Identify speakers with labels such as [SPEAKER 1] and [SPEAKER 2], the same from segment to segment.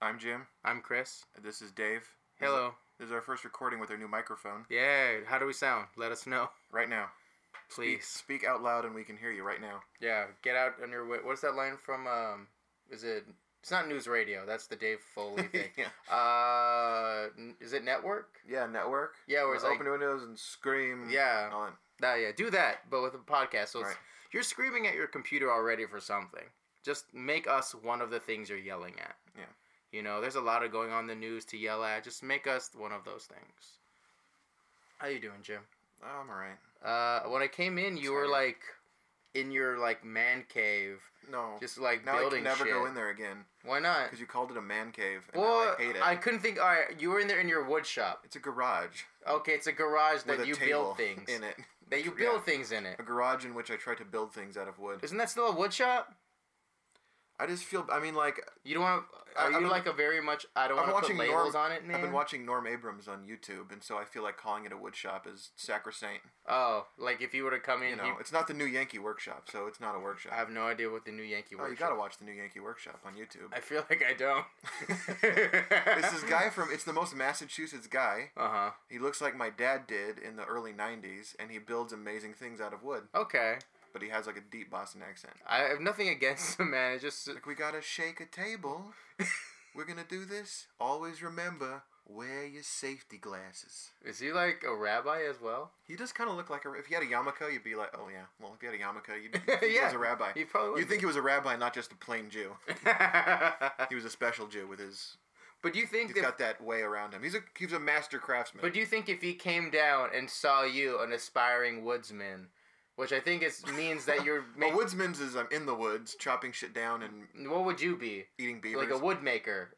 [SPEAKER 1] I'm Jim.
[SPEAKER 2] I'm Chris.
[SPEAKER 1] This is Dave. This is-
[SPEAKER 2] Hello.
[SPEAKER 1] This is our first recording with our new microphone.
[SPEAKER 2] Yeah, how do we sound? Let us know,
[SPEAKER 1] Right now. Speak-
[SPEAKER 2] please.
[SPEAKER 1] Speak, out loud and we can hear you right now.
[SPEAKER 2] Yeah, get out on your wit. What's that line from? Um, is it? It's not news radio. That's the Dave Foley thing.
[SPEAKER 1] yeah.
[SPEAKER 2] Uh, n- is it network?
[SPEAKER 1] Yeah, network.
[SPEAKER 2] Yeah, where it's like,
[SPEAKER 1] open windows and scream.
[SPEAKER 2] yeah,
[SPEAKER 1] On.
[SPEAKER 2] nah, yeah, do that, but with a podcast. So it's,
[SPEAKER 1] Mm, Right.
[SPEAKER 2] you're screaming at your computer already for something. Just make us one of the things you're yelling at.
[SPEAKER 1] Yeah.
[SPEAKER 2] You know, there's a lot of going on in the news to yell at. Just make us one of those things. How you doing, Jim?
[SPEAKER 1] Oh, I'm alright.
[SPEAKER 2] Uh, when I came in, you were
[SPEAKER 1] Tired.
[SPEAKER 2] like in your like man cave,
[SPEAKER 1] No.
[SPEAKER 2] just like
[SPEAKER 1] now I
[SPEAKER 2] building
[SPEAKER 1] can never
[SPEAKER 2] shit.
[SPEAKER 1] go in there again
[SPEAKER 2] Why not?
[SPEAKER 1] because you called it a man cave and
[SPEAKER 2] Well,
[SPEAKER 1] now I hate it.
[SPEAKER 2] I couldn't think. All right, you were in there in your wood shop.
[SPEAKER 1] It's a garage
[SPEAKER 2] Okay, it's a garage
[SPEAKER 1] with
[SPEAKER 2] that
[SPEAKER 1] a
[SPEAKER 2] you
[SPEAKER 1] table
[SPEAKER 2] build things
[SPEAKER 1] in it.
[SPEAKER 2] that you
[SPEAKER 1] Yeah.
[SPEAKER 2] build things in it.
[SPEAKER 1] A garage in which I try to build things out of wood.
[SPEAKER 2] Isn't that still a wood shop?
[SPEAKER 1] I just feel. I mean, like
[SPEAKER 2] You don't want.
[SPEAKER 1] I-
[SPEAKER 2] Are
[SPEAKER 1] I've
[SPEAKER 2] you
[SPEAKER 1] been-
[SPEAKER 2] like a very much? I don't
[SPEAKER 1] I've
[SPEAKER 2] want
[SPEAKER 1] been
[SPEAKER 2] to put
[SPEAKER 1] watching Norm-
[SPEAKER 2] labels on it, man.
[SPEAKER 1] I've been watching Norm Abrams on YouTube, and so I feel like calling it a wood shop is sacrosanct.
[SPEAKER 2] Oh, like if you were to come in,
[SPEAKER 1] You
[SPEAKER 2] you
[SPEAKER 1] know, it's not the new Yankee Workshop, so it's not a workshop.
[SPEAKER 2] I have no idea what the new Yankee
[SPEAKER 1] Oh,
[SPEAKER 2] word.
[SPEAKER 1] you gotta watch the new Yankee Workshop on YouTube.
[SPEAKER 2] I feel like I don't.
[SPEAKER 1] It's this guy from it's the most Massachusetts guy.
[SPEAKER 2] Uh huh.
[SPEAKER 1] He looks like my dad did in the early '90s, and he builds amazing things out of wood.
[SPEAKER 2] Okay.
[SPEAKER 1] But he has like a deep Boston accent.
[SPEAKER 2] I have nothing against him, man. It's just
[SPEAKER 1] Like we gotta shake a table. We're gonna do this. Always remember, wear your safety glasses.
[SPEAKER 2] Is he like a rabbi as well?
[SPEAKER 1] He does kind of look like a. If he had a yarmulke, you'd be like, oh yeah. Well, if he had a yarmulke, you'd think he was a rabbi.
[SPEAKER 2] He probably would
[SPEAKER 1] You'd think he was a rabbi, not just a plain Jew.
[SPEAKER 2] be.
[SPEAKER 1] He was a special Jew with his.
[SPEAKER 2] but do you think
[SPEAKER 1] He's
[SPEAKER 2] that?
[SPEAKER 1] got that way around him. He's a he's a master craftsman.
[SPEAKER 2] But do you think if he came down and saw you, an aspiring woodsman, which I think is means that you're
[SPEAKER 1] Well,
[SPEAKER 2] making,
[SPEAKER 1] woodsman's is I'm in the woods chopping shit down and
[SPEAKER 2] what would you be?
[SPEAKER 1] eating beavers.
[SPEAKER 2] Like a wood maker,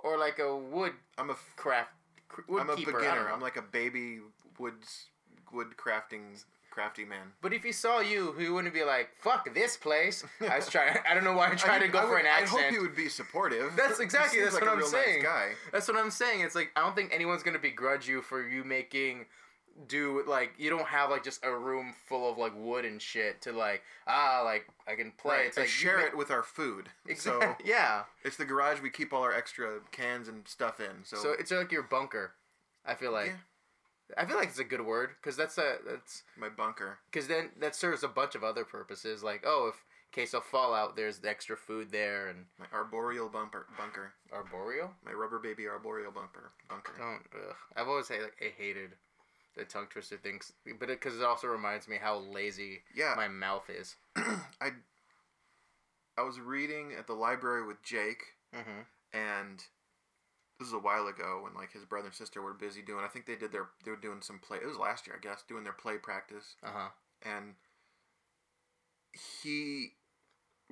[SPEAKER 2] or like a wood
[SPEAKER 1] I'm a f-
[SPEAKER 2] craft. cr- Wood
[SPEAKER 1] I'm a
[SPEAKER 2] keeper, I don't
[SPEAKER 1] beginner.
[SPEAKER 2] know.
[SPEAKER 1] I'm like a baby woods wood crafting crafty man.
[SPEAKER 2] but if he saw you, he wouldn't be like, "Fuck this place." I was trying. I don't know why I tried
[SPEAKER 1] mean,
[SPEAKER 2] to go
[SPEAKER 1] I
[SPEAKER 2] for
[SPEAKER 1] would-
[SPEAKER 2] an
[SPEAKER 1] I hope
[SPEAKER 2] accent.
[SPEAKER 1] he would be supportive.
[SPEAKER 2] That's
[SPEAKER 1] He
[SPEAKER 2] exactly-
[SPEAKER 1] seems like
[SPEAKER 2] that's what
[SPEAKER 1] a
[SPEAKER 2] I'm
[SPEAKER 1] real
[SPEAKER 2] saying.
[SPEAKER 1] Nice guy.
[SPEAKER 2] That's what I'm saying. It's like I don't think anyone's gonna begrudge you for you making do like you don't have like just a room full of like wood and shit to like ah like I can play.
[SPEAKER 1] Right.
[SPEAKER 2] It's
[SPEAKER 1] I
[SPEAKER 2] like
[SPEAKER 1] share it with our food.
[SPEAKER 2] Exactly.
[SPEAKER 1] So
[SPEAKER 2] yeah.
[SPEAKER 1] it's the garage we keep all our extra cans and stuff in. So,
[SPEAKER 2] So, it's like your bunker. I feel like.
[SPEAKER 1] Yeah.
[SPEAKER 2] I feel like it's a good word because that's a that's
[SPEAKER 1] my bunker.
[SPEAKER 2] because then that serves a bunch of other purposes. Like oh, if in case of fallout, there's the extra food there and
[SPEAKER 1] My arboreal bumper bunker.
[SPEAKER 2] arboreal.
[SPEAKER 1] My rubber baby arboreal bumper bunker.
[SPEAKER 2] Don't. Ugh. I've always had, like I hated the tongue twister things, but because it also reminds me how lazy
[SPEAKER 1] Yeah.
[SPEAKER 2] my mouth is.
[SPEAKER 1] I I was reading at the library with Jake
[SPEAKER 2] Mm-hmm.
[SPEAKER 1] and this is a while ago when like his brother and sister were busy doing I think they did their they were doing some play it was last year I guess doing their play practice
[SPEAKER 2] Uh huh.
[SPEAKER 1] and he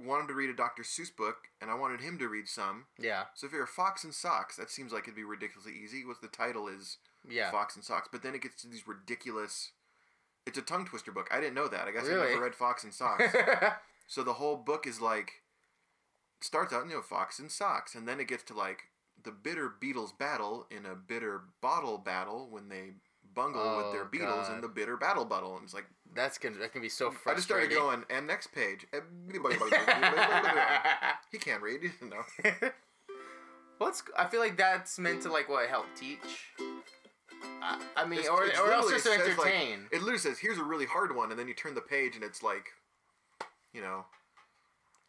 [SPEAKER 1] wanted to read a Dr. Seuss book and I wanted him to read some
[SPEAKER 2] Yeah.
[SPEAKER 1] so if you're a fox and socks that seems like it'd be ridiculously easy what the title is
[SPEAKER 2] Yeah.
[SPEAKER 1] fox and socks but then it gets to these ridiculous it's a tongue twister book I didn't know that I guess I
[SPEAKER 2] Really?
[SPEAKER 1] never read fox and socks So the whole book is like starts out, you know, fox and socks, and then it gets to like the bitter beetles battle in a bitter bottle battle when they bungle with their
[SPEAKER 2] Oh,
[SPEAKER 1] beetles in
[SPEAKER 2] God.
[SPEAKER 1] the bitter battle bottle. And it's like
[SPEAKER 2] That's gonna that can be so
[SPEAKER 1] I just started
[SPEAKER 2] frustrating.
[SPEAKER 1] going, and next page. Eh, he can't read, you know.
[SPEAKER 2] What's I feel like that's meant to like what help teach. I, I mean,
[SPEAKER 1] It's-
[SPEAKER 2] or,
[SPEAKER 1] it's
[SPEAKER 2] or else
[SPEAKER 1] literally
[SPEAKER 2] just to
[SPEAKER 1] says, like,
[SPEAKER 2] entertain.
[SPEAKER 1] It literally says, "Here's a really hard one," and then you turn the page, and it's like, you know,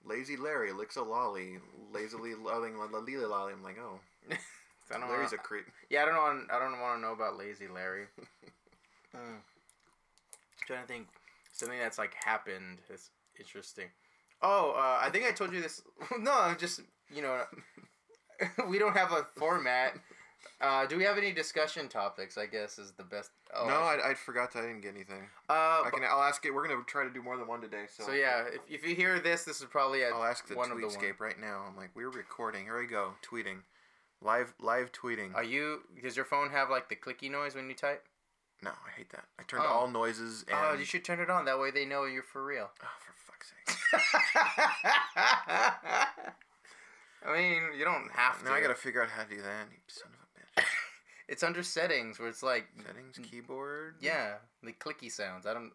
[SPEAKER 1] lazy Larry licks a lolly, lazily lolling la- la- lolly lolly. I'm like, oh,
[SPEAKER 2] I don't
[SPEAKER 1] Larry's a
[SPEAKER 2] wanna-
[SPEAKER 1] creep.
[SPEAKER 2] yeah, I don't want. I don't want to know about Lazy Larry. Mm. trying to think something that's like happened that's interesting. Oh, uh, I think I told you this. no, I'm just you know, we don't have a format. Uh, do we have any discussion topics? I guess is the best. Oh,
[SPEAKER 1] no, I, I forgot that I didn't get anything.
[SPEAKER 2] uh,
[SPEAKER 1] I can. I'll ask it. We're gonna try to do more than one today. So,
[SPEAKER 2] So yeah, if, if you hear this, this is probably at
[SPEAKER 1] I'll ask the
[SPEAKER 2] one of the one.
[SPEAKER 1] Tweetscape right now. I'm like, we're recording. Here we go. Tweeting, live, live tweeting.
[SPEAKER 2] Are you? Does your phone have like the clicky noise when you type?
[SPEAKER 1] no, I hate that. I turned
[SPEAKER 2] Oh.
[SPEAKER 1] all noises and.
[SPEAKER 2] Oh, you should turn it on. That way they know you're for real.
[SPEAKER 1] Oh, for fuck's sake!
[SPEAKER 2] I mean, you don't have to.
[SPEAKER 1] now I gotta figure out how to do that. You son of a bitch.
[SPEAKER 2] It's under settings where it's like,
[SPEAKER 1] Settings, keyboard.
[SPEAKER 2] yeah, the clicky sounds. I don't.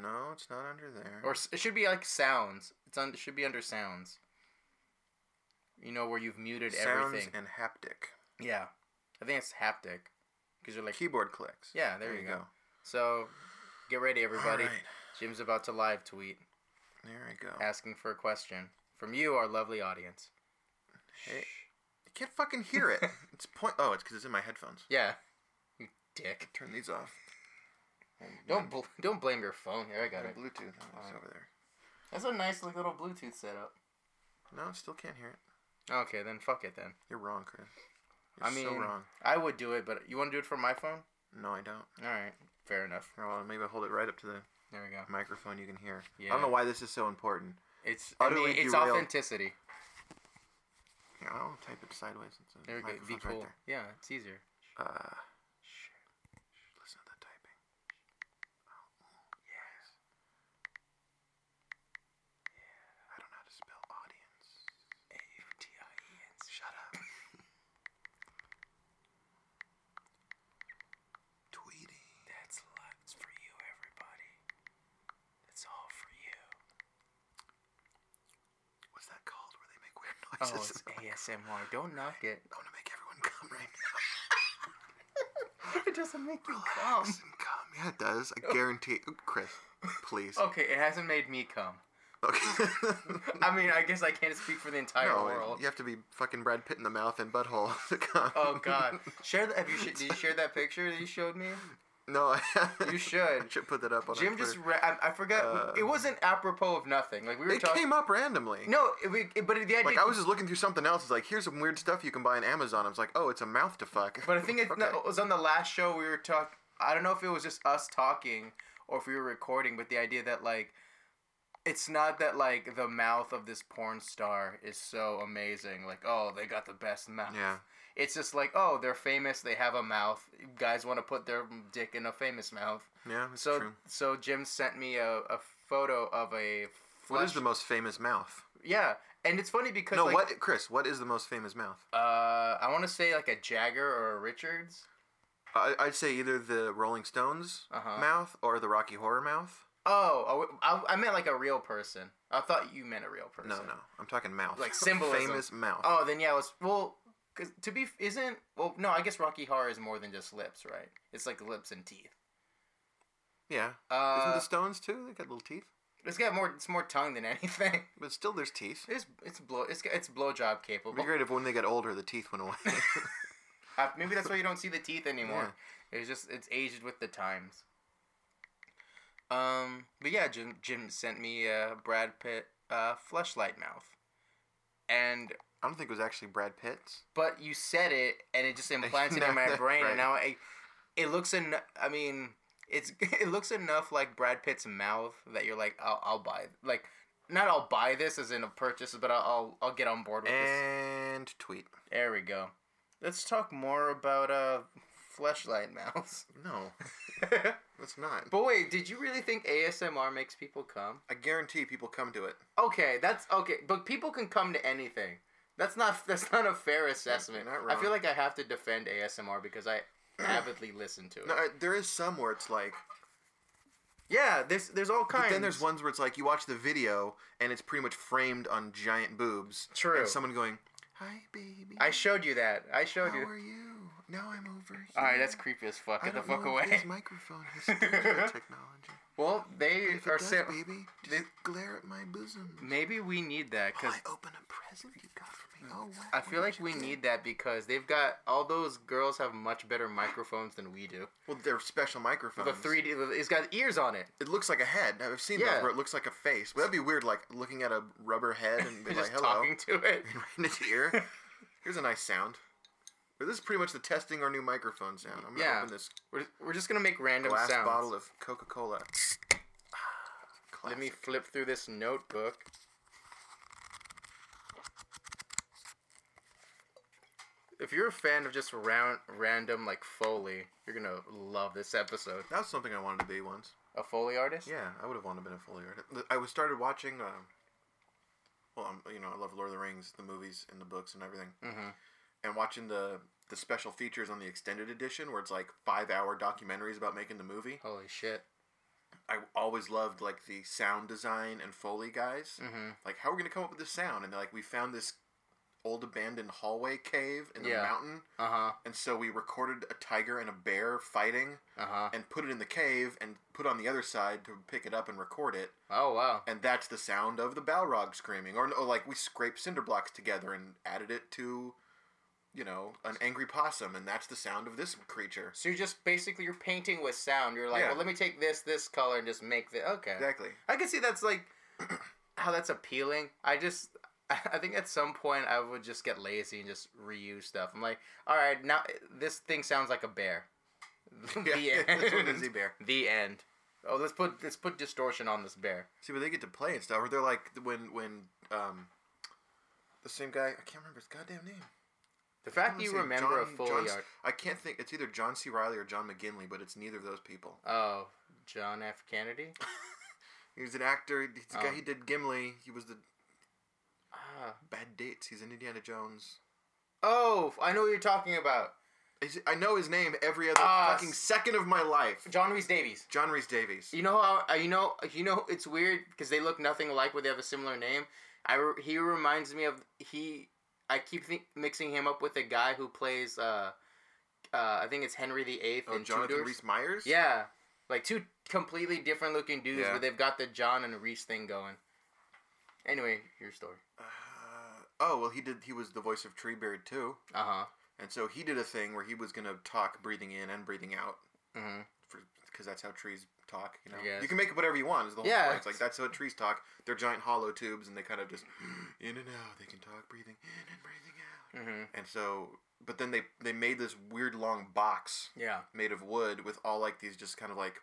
[SPEAKER 1] No, it's not under there.
[SPEAKER 2] Or s- it should be like sounds. It's on. It should be under sounds. you know, where you've muted
[SPEAKER 1] Sounds
[SPEAKER 2] everything.
[SPEAKER 1] and haptic.
[SPEAKER 2] Yeah, I think it's haptic because you're like
[SPEAKER 1] Keyboard clicks.
[SPEAKER 2] yeah. There, you go. So get ready, everybody.
[SPEAKER 1] All right.
[SPEAKER 2] Jim's about to live tweet
[SPEAKER 1] There we go.
[SPEAKER 2] asking for a question from you, our lovely audience.
[SPEAKER 1] Hey. I can't fucking hear it. it's point. Oh, it's because it's in my headphones.
[SPEAKER 2] Yeah, you dick.
[SPEAKER 1] Turn these off.
[SPEAKER 2] Don't bl- don't blame your phone. Here I got
[SPEAKER 1] Got
[SPEAKER 2] it.
[SPEAKER 1] Bluetooth. Oh, it's
[SPEAKER 2] Alright.
[SPEAKER 1] over there.
[SPEAKER 2] That's a nice like, little Bluetooth setup.
[SPEAKER 1] No, I still can't hear it.
[SPEAKER 2] Okay, then fuck it then.
[SPEAKER 1] You're wrong, Chris. You're
[SPEAKER 2] I mean,
[SPEAKER 1] so wrong.
[SPEAKER 2] I would do it, but you want to do it from my phone?
[SPEAKER 1] No, I don't.
[SPEAKER 2] All right, fair enough.
[SPEAKER 1] Oh, well, maybe I'll hold it right up to the
[SPEAKER 2] There we go.
[SPEAKER 1] microphone. You can hear. I
[SPEAKER 2] Yeah.
[SPEAKER 1] don't know why this is so important.
[SPEAKER 2] It's I
[SPEAKER 1] Utterly
[SPEAKER 2] mean, it's
[SPEAKER 1] derailed.
[SPEAKER 2] authenticity.
[SPEAKER 1] Yeah, I'll type it sideways. It's a
[SPEAKER 2] There we go. Be
[SPEAKER 1] microphone's
[SPEAKER 2] cool.
[SPEAKER 1] Right
[SPEAKER 2] Yeah, it's easier.
[SPEAKER 1] there. Uh, listen to that typing. Oh, Yes. I don't know how to spell audience.
[SPEAKER 2] E
[SPEAKER 1] Shut up. Tweeting.
[SPEAKER 2] That's lots for you, everybody. It's all for you.
[SPEAKER 1] What's that called? Where they make weird
[SPEAKER 2] Oh,
[SPEAKER 1] noises?
[SPEAKER 2] it's ASMR. Don't knock it.
[SPEAKER 1] I'm gonna make everyone come right now.
[SPEAKER 2] it doesn't make you
[SPEAKER 1] Relax and come. Yeah, it does. I guarantee. Ooh, Chris, please.
[SPEAKER 2] Okay, it hasn't made me come.
[SPEAKER 1] Okay.
[SPEAKER 2] I mean, I guess I can't speak for the entire
[SPEAKER 1] No,
[SPEAKER 2] world.
[SPEAKER 1] you have to be fucking Brad Pitt in the mouth and butthole to come.
[SPEAKER 2] Oh God! Share the. Have you? Sh- did you share that picture that you showed me?
[SPEAKER 1] No, I
[SPEAKER 2] You
[SPEAKER 1] I
[SPEAKER 2] should.
[SPEAKER 1] should put that up on. our
[SPEAKER 2] Jim just.
[SPEAKER 1] Twitter.
[SPEAKER 2] Re- I, I forgot.
[SPEAKER 1] Uh,
[SPEAKER 2] it wasn't apropos of nothing. Like we were
[SPEAKER 1] It
[SPEAKER 2] talking.
[SPEAKER 1] came up randomly.
[SPEAKER 2] No, it, we, it- but the idea.
[SPEAKER 1] Like I was just looking through something else. It's like here's some weird stuff you can buy on Amazon. I was like, oh, it's a mouth to fuck.
[SPEAKER 2] But I think it, no,
[SPEAKER 1] Okay.
[SPEAKER 2] it was on the last show we were talking. I don't know if it was just us talking or if we were recording, but the idea that like it's not that like the mouth of this porn star is so amazing. Like oh, they got the best mouth.
[SPEAKER 1] Yeah.
[SPEAKER 2] It's just like oh, they're famous. They have a mouth. Guys want to put their dick in a famous mouth.
[SPEAKER 1] Yeah, it's
[SPEAKER 2] So
[SPEAKER 1] true.
[SPEAKER 2] so Jim sent me a, a photo of a.
[SPEAKER 1] What is
[SPEAKER 2] flush-
[SPEAKER 1] the most famous mouth?
[SPEAKER 2] yeah, and it's funny because
[SPEAKER 1] No,
[SPEAKER 2] like,
[SPEAKER 1] what, Chris? What is the most famous mouth?
[SPEAKER 2] Uh, I want to say like a Jagger or a Richards.
[SPEAKER 1] I, I'd say either the Rolling Stones
[SPEAKER 2] Uh-huh.
[SPEAKER 1] mouth or the Rocky Horror mouth.
[SPEAKER 2] Oh, I, I- I meant like a real person. I thought you meant a real person.
[SPEAKER 1] No, no, I'm talking mouth.
[SPEAKER 2] Like symbolism.
[SPEAKER 1] famous mouth.
[SPEAKER 2] Oh, then yeah, let's. Well, 'cause to be isn't well. No, I guess Rocky Horror is more than just lips, right? It's like lips and teeth.
[SPEAKER 1] Yeah. Isn't
[SPEAKER 2] Uh,
[SPEAKER 1] the Stones too? They got little teeth,
[SPEAKER 2] it's got more. It's more tongue than anything.
[SPEAKER 1] but still, there's teeth.
[SPEAKER 2] It's it's blow. It's got- it's blowjob
[SPEAKER 1] It'd be
[SPEAKER 2] capable.
[SPEAKER 1] great if when they got older, the teeth went away.
[SPEAKER 2] Uh, maybe that's why you don't see the teeth anymore. It's just it's aged with the times. Um, but yeah, Jim Jim sent me a Brad Pitt uh, fleshlight mouth, and
[SPEAKER 1] I don't think it was actually Brad Pitt's.
[SPEAKER 2] but you said it and it just implanted in my brain
[SPEAKER 1] Right.
[SPEAKER 2] and now I, it looks en- i mean it's it looks enough like brad pitt's mouth that you're like i'll, I'll buy like not i'll buy this as in a purchase but i'll i'll, I'll get on board with this
[SPEAKER 1] And tweet.
[SPEAKER 2] there we go let's talk more about uh fleshlight mouths
[SPEAKER 1] No, that's not.
[SPEAKER 2] but wait did you really think asmr makes people come
[SPEAKER 1] I guarantee people come to it.
[SPEAKER 2] okay that's okay but people can come to anything that's not that's not a fair assessment
[SPEAKER 1] not
[SPEAKER 2] i feel
[SPEAKER 1] wrong.
[SPEAKER 2] like i have to defend asmr because i avidly listen to it
[SPEAKER 1] No, I- there is some where it's like,
[SPEAKER 2] Yeah, there's there's all kinds.
[SPEAKER 1] but then there's ones where it's like you watch the video and it's pretty much framed on giant boobs.
[SPEAKER 2] True.
[SPEAKER 1] And someone going, "Hi, baby.
[SPEAKER 2] I showed you that. I showed
[SPEAKER 1] How
[SPEAKER 2] you.
[SPEAKER 1] are you? Now I'm over here.
[SPEAKER 2] All right, that's creepy as fuck.
[SPEAKER 1] I
[SPEAKER 2] Get the
[SPEAKER 1] don't
[SPEAKER 2] fuck
[SPEAKER 1] know
[SPEAKER 2] away.
[SPEAKER 1] If this microphone has still got technology.
[SPEAKER 2] well, they
[SPEAKER 1] If it
[SPEAKER 2] are
[SPEAKER 1] does,
[SPEAKER 2] sim-
[SPEAKER 1] baby, just
[SPEAKER 2] they-
[SPEAKER 1] glare at my bosom.
[SPEAKER 2] maybe we need that
[SPEAKER 1] Will
[SPEAKER 2] because Mm.
[SPEAKER 1] I open a present you got for me? Oh, wow.
[SPEAKER 2] I feel like we need that because they've got all those girls have much better microphones than we do.
[SPEAKER 1] Well, they're special microphones.
[SPEAKER 2] The three D, it's got ears on it.
[SPEAKER 1] It looks like a head. I've seen
[SPEAKER 2] Yeah.
[SPEAKER 1] those where it looks like a face. Well, that'd be weird, like looking at a rubber head and be
[SPEAKER 2] They're
[SPEAKER 1] like,
[SPEAKER 2] just
[SPEAKER 1] "Hello,"
[SPEAKER 2] talking to it.
[SPEAKER 1] right in its ear. Here's a nice sound. But this is pretty much the testing our new microphone sound. I'm gonna
[SPEAKER 2] Yeah.
[SPEAKER 1] open this
[SPEAKER 2] We're, we're just gonna make random
[SPEAKER 1] glass
[SPEAKER 2] sounds.
[SPEAKER 1] bottle of Coca-Cola.
[SPEAKER 2] Let me
[SPEAKER 1] Classic.
[SPEAKER 2] flip through this notebook. If you're a fan of just round, random like Foley, you're gonna love this episode.
[SPEAKER 1] That was something I wanted to be once.
[SPEAKER 2] A Foley artist?
[SPEAKER 1] Yeah, I would have wanted to been a Foley artist. I was started watching. Uh, well, i you know, I love Lord of the Rings, the movies and the books and everything,
[SPEAKER 2] Mhm.
[SPEAKER 1] and watching the the special features on the extended edition, where it's like five hour documentaries about making the movie.
[SPEAKER 2] Holy shit.
[SPEAKER 1] I always loved like the sound design and Foley guys.
[SPEAKER 2] Mhm.
[SPEAKER 1] Mm-hmm. Like, how are we gonna come up with this sound? And they're like, we found this old abandoned hallway cave in the
[SPEAKER 2] Yeah.
[SPEAKER 1] mountain,
[SPEAKER 2] Uh huh.
[SPEAKER 1] and so we recorded a tiger and a bear fighting
[SPEAKER 2] Uh huh.
[SPEAKER 1] and put it in the cave and put on the other side to pick it up and record it.
[SPEAKER 2] Oh wow.
[SPEAKER 1] And that's the sound of the Balrog screaming, or, or like we scraped cinder blocks together and added it to, you know, an angry possum, and that's the sound of this creature.
[SPEAKER 2] So you just basically you're painting with sound. You're like,
[SPEAKER 1] Yeah.
[SPEAKER 2] well, let me take this this color and just make the okay.
[SPEAKER 1] Exactly.
[SPEAKER 2] I can see that's like how that's appealing. I just I think at some point I would just get lazy and just reuse stuff. I'm like, all right, now this thing sounds like a bear. the
[SPEAKER 1] Yeah,
[SPEAKER 2] end.
[SPEAKER 1] this one is a bear.
[SPEAKER 2] The end. Oh, let's put let's put distortion on this bear.
[SPEAKER 1] See, but they get to play and stuff. Or they're like when when um, the same guy I can't remember his goddamn name.
[SPEAKER 2] The
[SPEAKER 1] I
[SPEAKER 2] fact
[SPEAKER 1] wanna
[SPEAKER 2] you
[SPEAKER 1] say
[SPEAKER 2] remember a
[SPEAKER 1] John-
[SPEAKER 2] full
[SPEAKER 1] John-
[SPEAKER 2] yard.
[SPEAKER 1] I can't think. It's either John C. Riley or John McGinley, but it's neither of those people.
[SPEAKER 2] Oh, John F. Kennedy.
[SPEAKER 1] He was an actor. He's the
[SPEAKER 2] Oh.
[SPEAKER 1] guy. He did Gimli. He was the
[SPEAKER 2] Ah.
[SPEAKER 1] Bad Dates. He's in Indiana Jones.
[SPEAKER 2] Oh, I know what you're talking about.
[SPEAKER 1] Is- I know his name every other
[SPEAKER 2] Ah,
[SPEAKER 1] fucking second of my life.
[SPEAKER 2] John Reese Davies.
[SPEAKER 1] John Reese Davies.
[SPEAKER 2] You know how uh, you know you know it's weird because they look nothing alike, but they have a similar name. I re- he reminds me of he. I keep th- mixing him up with a guy who plays. Uh, uh, I think it's Henry the Eighth
[SPEAKER 1] Oh,
[SPEAKER 2] and
[SPEAKER 1] Jonathan
[SPEAKER 2] Tudors.
[SPEAKER 1] Reese Myers.
[SPEAKER 2] Yeah, like two completely different looking dudes,
[SPEAKER 1] Yeah.
[SPEAKER 2] but they've got the John and Reese thing going. Anyway, your story.
[SPEAKER 1] Uh, oh well, he did. He was the voice of Treebeard too,
[SPEAKER 2] Uh huh.
[SPEAKER 1] and so he did a thing where he was gonna talk breathing in and breathing out.
[SPEAKER 2] hmm
[SPEAKER 1] because that's how trees talk. You
[SPEAKER 2] I
[SPEAKER 1] know,
[SPEAKER 2] guess.
[SPEAKER 1] you can make it whatever you want. Is the whole
[SPEAKER 2] Yeah.
[SPEAKER 1] point. It's like that's how trees talk. They're giant hollow tubes, and they kind of just in and out. They can talk, breathing in and breathing out.
[SPEAKER 2] hmm
[SPEAKER 1] And so, but then they they made this weird long box
[SPEAKER 2] Yeah.
[SPEAKER 1] made of wood with all like these just kind of like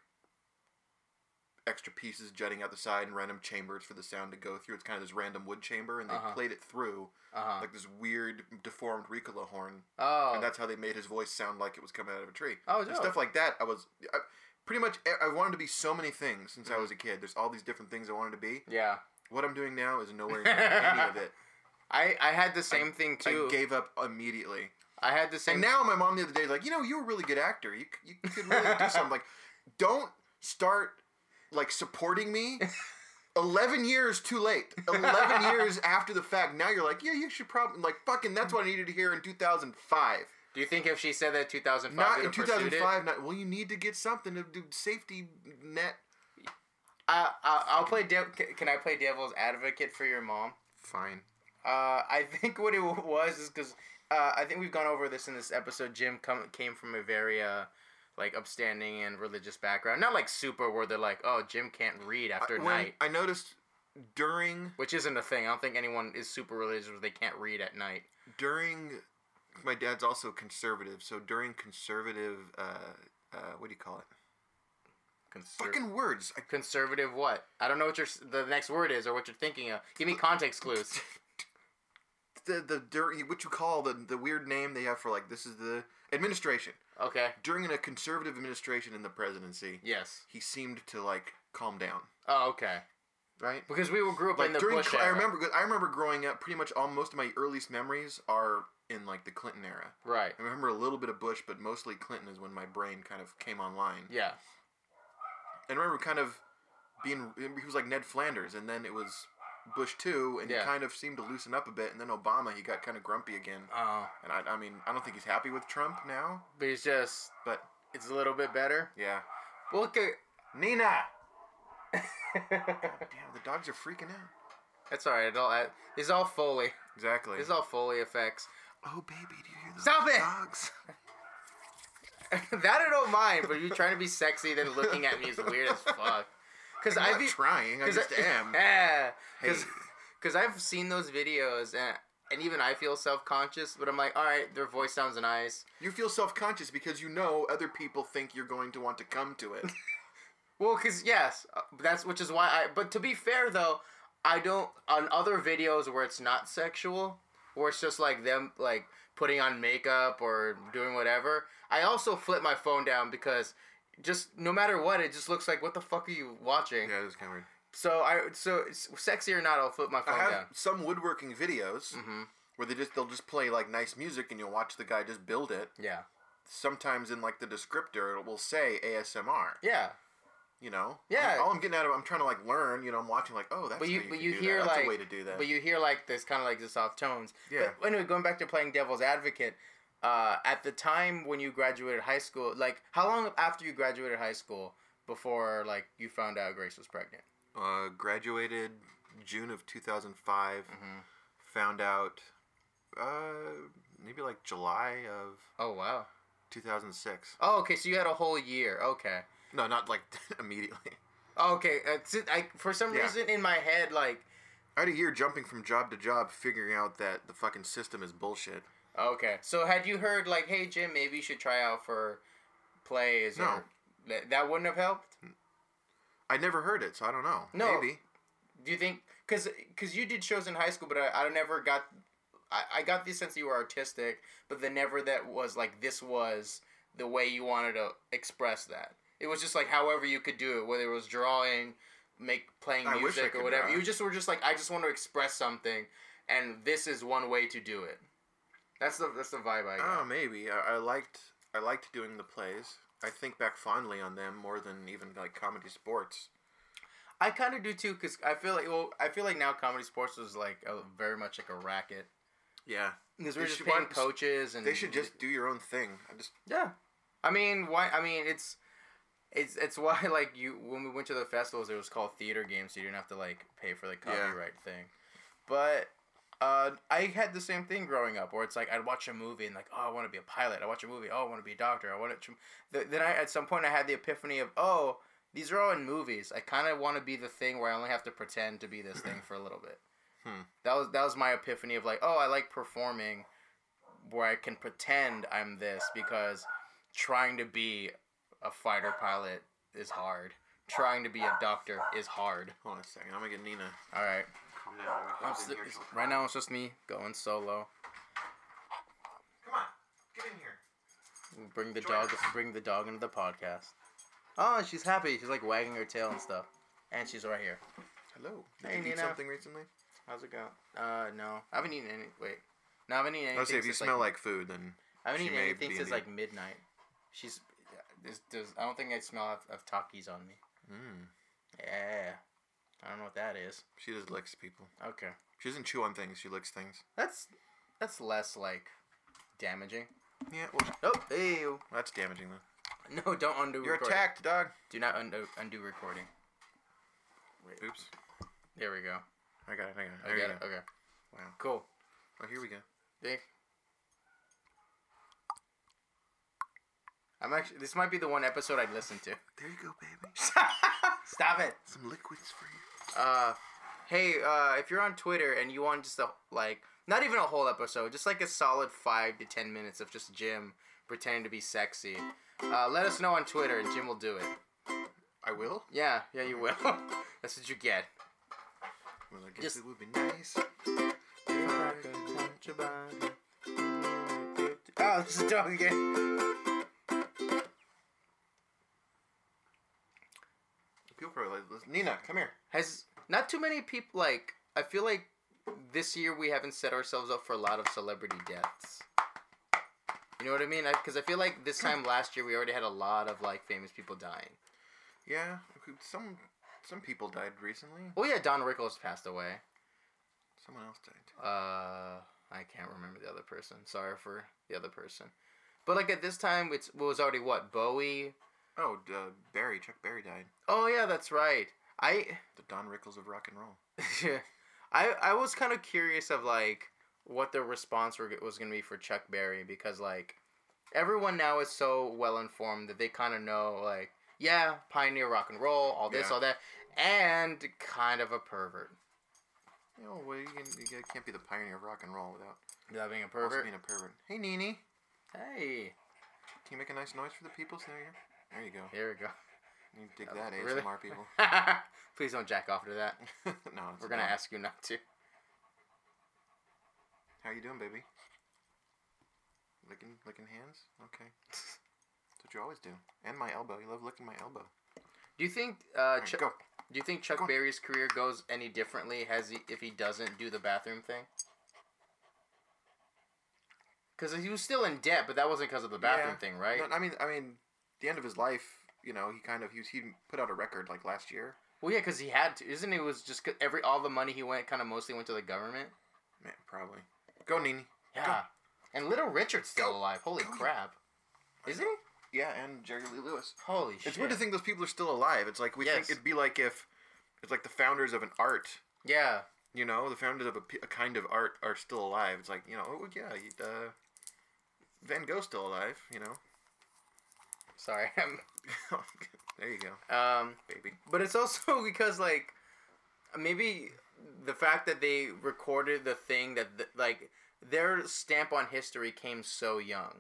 [SPEAKER 1] extra pieces jutting out the side and random chambers for the sound to go through. It's kind of this random wood chamber, and they
[SPEAKER 2] Uh-huh.
[SPEAKER 1] played it through
[SPEAKER 2] Uh huh.
[SPEAKER 1] like this weird deformed Ricola horn
[SPEAKER 2] oh.
[SPEAKER 1] and that's how they made his voice sound like it was coming out of a tree.
[SPEAKER 2] Oh,
[SPEAKER 1] And
[SPEAKER 2] dope.
[SPEAKER 1] stuff like that. I was I, pretty much e, I wanted to be so many things since
[SPEAKER 2] Mm-hmm.
[SPEAKER 1] I was a kid. There's all these different things I wanted to be.
[SPEAKER 2] yeah.
[SPEAKER 1] What I'm doing now is nowhere near any of it.
[SPEAKER 2] I I had the same thing too.
[SPEAKER 1] I gave up immediately.
[SPEAKER 2] I had the
[SPEAKER 1] And
[SPEAKER 2] same.
[SPEAKER 1] now my mom the other day is like, you know, you're a really good actor. You c- you could really do something. Like, don't start like supporting me. Eleven years too late. Eleven years after the fact. Now you're like, yeah, you should probably like fucking. That's what I needed to hear in 2005.
[SPEAKER 2] Do you think if she said that 2005,
[SPEAKER 1] not
[SPEAKER 2] they'd
[SPEAKER 1] in
[SPEAKER 2] have pursued it?
[SPEAKER 1] 2005 not well you need to get something to do safety net
[SPEAKER 2] I, I I'll play. Dev- c- can I play devil's advocate for your mom?
[SPEAKER 1] fine
[SPEAKER 2] Uh, I think what it was is because uh, I think we've gone over this in this episode. Jim come came from a very uh, like upstanding and religious background, not like super where they're like, oh, Jim can't read after
[SPEAKER 1] I, Uh, when
[SPEAKER 2] night,
[SPEAKER 1] i noticed during
[SPEAKER 2] which isn't a thing. I don't think anyone is super religious where they can't read at night.
[SPEAKER 1] during my dad's also conservative so during conservative uh, uh, what do you call it
[SPEAKER 2] Conser-
[SPEAKER 1] fucking words I,
[SPEAKER 2] conservative what? I don't know what your s- the next word is or what you're thinking of. Give me context clues.
[SPEAKER 1] the the during what you call the the weird name they have for like this is the administration
[SPEAKER 2] Okay.
[SPEAKER 1] during a conservative administration in the presidency
[SPEAKER 2] Yes.
[SPEAKER 1] he seemed to like calm down
[SPEAKER 2] Oh, okay.
[SPEAKER 1] right
[SPEAKER 2] Because we grew up
[SPEAKER 1] like
[SPEAKER 2] in the
[SPEAKER 1] during
[SPEAKER 2] Bush
[SPEAKER 1] Cl- I
[SPEAKER 2] era.
[SPEAKER 1] remember I remember growing up pretty much all most of my earliest memories are in like the Clinton era.
[SPEAKER 2] Right.
[SPEAKER 1] I remember a little bit of Bush, but mostly Clinton is when my brain kind of came online.
[SPEAKER 2] Yeah.
[SPEAKER 1] And I remember kind of being he was like Ned Flanders and then it was Bush 2 and
[SPEAKER 2] Yeah.
[SPEAKER 1] he kind of seemed to loosen up a bit and then Obama he got kind of grumpy again.
[SPEAKER 2] Oh.
[SPEAKER 1] And I, I mean, I don't think he's happy with Trump now,
[SPEAKER 2] But it's just
[SPEAKER 1] but
[SPEAKER 2] it's a little bit better.
[SPEAKER 1] yeah.
[SPEAKER 2] Well, okay.
[SPEAKER 1] Nina. Damn, the dogs are freaking out.
[SPEAKER 2] That's all right. It all that- it's all Foley.
[SPEAKER 1] Exactly.
[SPEAKER 2] It's all Foley effects.
[SPEAKER 1] oh baby, do you hear the
[SPEAKER 2] Stop it!
[SPEAKER 1] dogs?
[SPEAKER 2] that I don't mind, but you trying to be sexy, then looking at me is weird as fuck. Because
[SPEAKER 1] I'm
[SPEAKER 2] I've
[SPEAKER 1] not
[SPEAKER 2] be-
[SPEAKER 1] trying. I
[SPEAKER 2] 'cause
[SPEAKER 1] just am.
[SPEAKER 2] Yeah. Because
[SPEAKER 1] Hey.
[SPEAKER 2] I've seen those videos and. And even I feel self conscious, but I'm like, all right, their voice sounds nice.
[SPEAKER 1] You feel self conscious because you know other people think you're going to want to come to it.
[SPEAKER 2] Well, because yes, uh, that's which is why I. But to be fair though, I don't on other videos where it's not sexual, where it's just like them like putting on makeup or doing whatever. I also flip my phone down because just no matter what, it just looks like what the fuck are you watching?
[SPEAKER 1] yeah, that's kind of weird.
[SPEAKER 2] So I so it's sexy or not, I'll flip my
[SPEAKER 1] I
[SPEAKER 2] phone
[SPEAKER 1] have
[SPEAKER 2] down.
[SPEAKER 1] some woodworking videos
[SPEAKER 2] Mhm.
[SPEAKER 1] where they just they'll just play like nice music and you'll watch the guy just build it.
[SPEAKER 2] Yeah,
[SPEAKER 1] Sometimes in like the descriptor it will say ASMR.
[SPEAKER 2] yeah.
[SPEAKER 1] You know.
[SPEAKER 2] Yeah.
[SPEAKER 1] I'm- all I'm getting out of, it, I'm trying to like learn. You know, I'm watching like, oh, that's
[SPEAKER 2] But you-
[SPEAKER 1] how you
[SPEAKER 2] but
[SPEAKER 1] can
[SPEAKER 2] you
[SPEAKER 1] do
[SPEAKER 2] hear,
[SPEAKER 1] that. That's
[SPEAKER 2] like-
[SPEAKER 1] a way to do that.
[SPEAKER 2] But you hear like this kind of like the soft tones.
[SPEAKER 1] Yeah.
[SPEAKER 2] But anyway, going back to playing devil's advocate, uh, at the time when you graduated high school, like how long after you graduated high school before like you found out Grace was pregnant?
[SPEAKER 1] uh, graduated June of 2005.
[SPEAKER 2] Mm-hmm.
[SPEAKER 1] Found out, uh, maybe like July of
[SPEAKER 2] Oh wow.
[SPEAKER 1] 2006.
[SPEAKER 2] Oh okay, so you had a whole year. Okay.
[SPEAKER 1] No, not like immediately.
[SPEAKER 2] Okay. Uh, si- I, for some
[SPEAKER 1] Yeah.
[SPEAKER 2] reason in my head, like
[SPEAKER 1] I had a year jumping from job to job, figuring out that the fucking system is bullshit.
[SPEAKER 2] okay. So had you heard like, hey Jim, maybe you should try out for plays?
[SPEAKER 1] No.
[SPEAKER 2] Or, that, that wouldn't have helped.
[SPEAKER 1] I never heard it, so I don't know.
[SPEAKER 2] No.
[SPEAKER 1] Maybe.
[SPEAKER 2] Do you think because because you did shows in high school, but I, I never got I, I got the sense that you were artistic, but the never that was like this was the way you wanted to express that. It was just like however you could do it, whether it was drawing, make playing
[SPEAKER 1] I wish I
[SPEAKER 2] music or
[SPEAKER 1] could
[SPEAKER 2] whatever.
[SPEAKER 1] draw.
[SPEAKER 2] You just were just like I just want to express something, and this is one way to do it. That's the that's the vibe I got.
[SPEAKER 1] Oh, maybe. I, I liked I liked doing the plays. I think back fondly on them more than even like comedy sports.
[SPEAKER 2] I kind of do too, cause I feel like well, I feel like now comedy sports is like a, very much like a racket.
[SPEAKER 1] Yeah.
[SPEAKER 2] Because we're
[SPEAKER 1] They
[SPEAKER 2] just
[SPEAKER 1] should-
[SPEAKER 2] paying
[SPEAKER 1] why-
[SPEAKER 2] coaches and
[SPEAKER 1] They should just do your own thing. I just
[SPEAKER 2] Yeah. I mean, why? I mean, it's it's it's why like you when we went to the festivals, it was called theater games, so you didn't have to like pay for the
[SPEAKER 1] Yeah.
[SPEAKER 2] copyright thing. But uh, I had the same thing growing up, where it's like I'd watch a movie and like, oh, I want to be a pilot. I watch a movie. Oh, I want to be a doctor. I want to. Th- then I at some point I had the epiphany of oh. These are all in movies. I kind of want to be the thing where I only have to pretend to be this thing for a little bit.
[SPEAKER 1] Hmm.
[SPEAKER 2] That was that was my epiphany of like, oh, I like performing where I can pretend I'm this because trying to be a fighter pilot is hard. Trying to be a doctor is hard.
[SPEAKER 1] hold on a second. I'm gonna get Nina.
[SPEAKER 2] All right.
[SPEAKER 1] Come
[SPEAKER 2] I'm st- right now, it's just me going solo.
[SPEAKER 1] Come on, get in here.
[SPEAKER 2] Bring the dog. Bring the dog into the podcast. Oh, she's happy. She's like wagging her tail and stuff. And she's right here.
[SPEAKER 1] Hello. Did
[SPEAKER 2] Hey,
[SPEAKER 1] you eat
[SPEAKER 2] Nina.
[SPEAKER 1] something recently?
[SPEAKER 2] How's it going? Uh, no, I haven't eaten any. Wait, no, I haven't
[SPEAKER 1] I
[SPEAKER 2] eaten anything.
[SPEAKER 1] would say if you
[SPEAKER 2] since,
[SPEAKER 1] smell like, food, then
[SPEAKER 2] I haven't
[SPEAKER 1] She
[SPEAKER 2] eaten
[SPEAKER 1] may
[SPEAKER 2] anything
[SPEAKER 1] be
[SPEAKER 2] since
[SPEAKER 1] indeed.
[SPEAKER 2] like midnight. She's there's, there's, I don't think I smell of, of Takis on me.
[SPEAKER 1] mm,
[SPEAKER 2] Yeah, I don't know what that is.
[SPEAKER 1] she just licks people.
[SPEAKER 2] Okay,
[SPEAKER 1] She doesn't chew on things. She licks things.
[SPEAKER 2] that's that's less like damaging.
[SPEAKER 1] Yeah. Well,
[SPEAKER 2] Oh, ew.
[SPEAKER 1] that's damaging though.
[SPEAKER 2] No, don't undo.
[SPEAKER 1] You're
[SPEAKER 2] recording.
[SPEAKER 1] attacked, dog.
[SPEAKER 2] Do not undo undo recording.
[SPEAKER 1] Oops.
[SPEAKER 2] There we go.
[SPEAKER 1] I got it. I got it.
[SPEAKER 2] I
[SPEAKER 1] There you
[SPEAKER 2] got it.
[SPEAKER 1] go.
[SPEAKER 2] Okay.
[SPEAKER 1] Wow.
[SPEAKER 2] Cool.
[SPEAKER 1] Oh, here we go.
[SPEAKER 2] Thank. I'm actually. This might be the one episode I'd listen to.
[SPEAKER 1] There you go, baby.
[SPEAKER 2] Stop it.
[SPEAKER 1] Some liquids for you.
[SPEAKER 2] uh, hey, uh, if you're on Twitter and you want just a like, not even a whole episode, just like a solid five to ten minutes of just Jim pretending to be sexy, uh, let us know on Twitter and Jim will do it.
[SPEAKER 1] I will.
[SPEAKER 2] Yeah, yeah, you will. That's what you get.
[SPEAKER 1] Well, I guess
[SPEAKER 2] Just-
[SPEAKER 1] it would be nice.
[SPEAKER 2] Oh, this is dog again.
[SPEAKER 1] People probably like listen. Nina, come here.
[SPEAKER 2] Has not too many people like. I feel like this year we haven't set ourselves up for a lot of celebrity deaths. You know what I mean? Because I, feel like this time last year we already had a lot of like famous people dying.
[SPEAKER 1] Yeah. who- Some some people died recently.
[SPEAKER 2] Oh yeah, Don Rickles passed away.
[SPEAKER 1] Someone else died.
[SPEAKER 2] Uh, I can't remember the other person. Sorry for the other person. But like at this time, it's it was already what Bowie.
[SPEAKER 1] Oh, d- uh, Barry. Chuck Barry died.
[SPEAKER 2] Oh yeah, that's right. I
[SPEAKER 1] The Don Rickles of rock and roll.
[SPEAKER 2] I I was kind of curious of like what the response were, was going to be for Chuck Berry because like everyone now is so well informed that they kind of know like yeah pioneer rock and roll all this
[SPEAKER 1] Yeah.
[SPEAKER 2] all that and kind of a pervert.
[SPEAKER 1] You know, Oh, well, you, can, you can't be the pioneer of rock and roll without
[SPEAKER 2] Without being a
[SPEAKER 1] also
[SPEAKER 2] pervert.
[SPEAKER 1] being a pervert. Hey, Nini.
[SPEAKER 2] Hey,
[SPEAKER 1] Can you make a nice noise for the people? There you go. There you go.
[SPEAKER 2] here we go.
[SPEAKER 1] You dig that,
[SPEAKER 2] Really?
[SPEAKER 1] ASMR people.
[SPEAKER 2] Please don't jack off to that.
[SPEAKER 1] no, it's
[SPEAKER 2] We're gonna
[SPEAKER 1] dumb.
[SPEAKER 2] ask you not to.
[SPEAKER 1] How you doing, baby? Licking, licking hands. Okay. That's what you always do. And my elbow. You love licking my elbow.
[SPEAKER 2] Do you think uh,
[SPEAKER 1] Alright,
[SPEAKER 2] Chu
[SPEAKER 1] go.
[SPEAKER 2] Do you think Chuck
[SPEAKER 1] Go on.
[SPEAKER 2] Berry's career goes any differently has he if he doesn't do the bathroom thing? Because he was still in debt, but that wasn't because of the bathroom
[SPEAKER 1] Yeah.
[SPEAKER 2] thing, right?
[SPEAKER 1] No, I mean, I mean, the end of his life you know, he kind of he was, he put out a record like last year.
[SPEAKER 2] Well, yeah, because he had to. Isn't it? it was just 'cause every all the money he went kind of mostly went to the government.
[SPEAKER 1] Man, probably. Go Nini.
[SPEAKER 2] Yeah. And Little Richard's still
[SPEAKER 1] Go.
[SPEAKER 2] alive. Holy
[SPEAKER 1] Go.
[SPEAKER 2] crap. Is he?
[SPEAKER 1] Yeah, and Jerry Lee Lewis.
[SPEAKER 2] Holy shit.
[SPEAKER 1] It's weird to think those people are still alive. It's like we
[SPEAKER 2] Yes.
[SPEAKER 1] think it'd be like if it's like the founders of an art.
[SPEAKER 2] Yeah.
[SPEAKER 1] You know, the founders of a, p- a kind of art are still alive. It's like you know, oh yeah, you- uh, Van Gogh's still alive. You know,
[SPEAKER 2] Sorry.
[SPEAKER 1] there you go,
[SPEAKER 2] um,
[SPEAKER 1] baby.
[SPEAKER 2] but it's also because like maybe the fact that they recorded the thing that th- like their stamp on history came so young.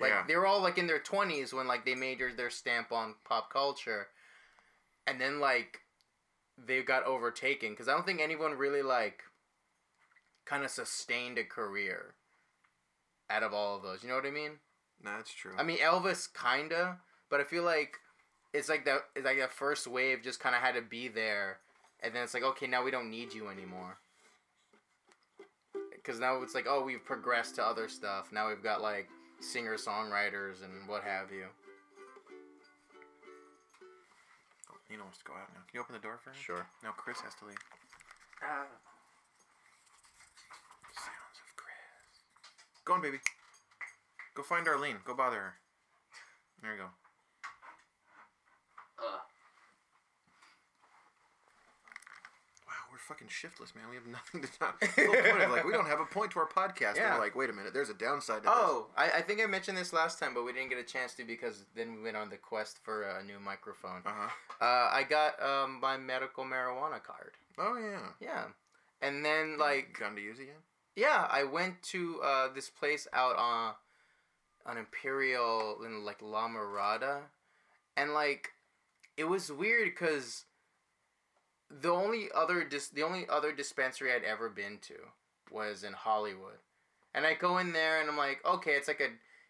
[SPEAKER 2] Like
[SPEAKER 1] Yeah.
[SPEAKER 2] they were all like in their twenties when like they made their, their stamp on pop culture, and then like they got overtaken because I don't think anyone really like kind of sustained a career out of all of those. You know what I mean?
[SPEAKER 1] No, that's true.
[SPEAKER 2] I mean Elvis kinda, but I feel like it's like that it's like that first wave just kinda had to be there and then it's like, okay, now we don't need you anymore. Cause now it's like, oh, we've progressed to other stuff. Now we've got like singer songwriters and what have you.
[SPEAKER 1] you know, let's go out now. Can you open the door for him?
[SPEAKER 2] Sure.
[SPEAKER 1] No, Chris has to leave. Sounds of Chris. Go on, baby. Go find Arlene. Go bother her. There you go.
[SPEAKER 2] Oh,
[SPEAKER 1] Wow, we're fucking shiftless, man. We have nothing to talk. the whole point of, like, we don't have a point to our podcast.
[SPEAKER 2] Yeah.
[SPEAKER 1] We're like, wait a minute. There's a downside to
[SPEAKER 2] Oh, I, I think I mentioned this last time, but we didn't get a chance to because then we went on the quest for a new microphone.
[SPEAKER 1] this. Uh huh.
[SPEAKER 2] Uh, I got um, my medical marijuana card.
[SPEAKER 1] Oh yeah.
[SPEAKER 2] Yeah. And then, like,
[SPEAKER 1] gone to use it yet?
[SPEAKER 2] Yeah, I went to uh, this place out on on Imperial in like La Mirada, and like it was weird because the only other dis- the only other dispensary I'd ever been to was in Hollywood, and I go in there and I'm like, okay, it's like a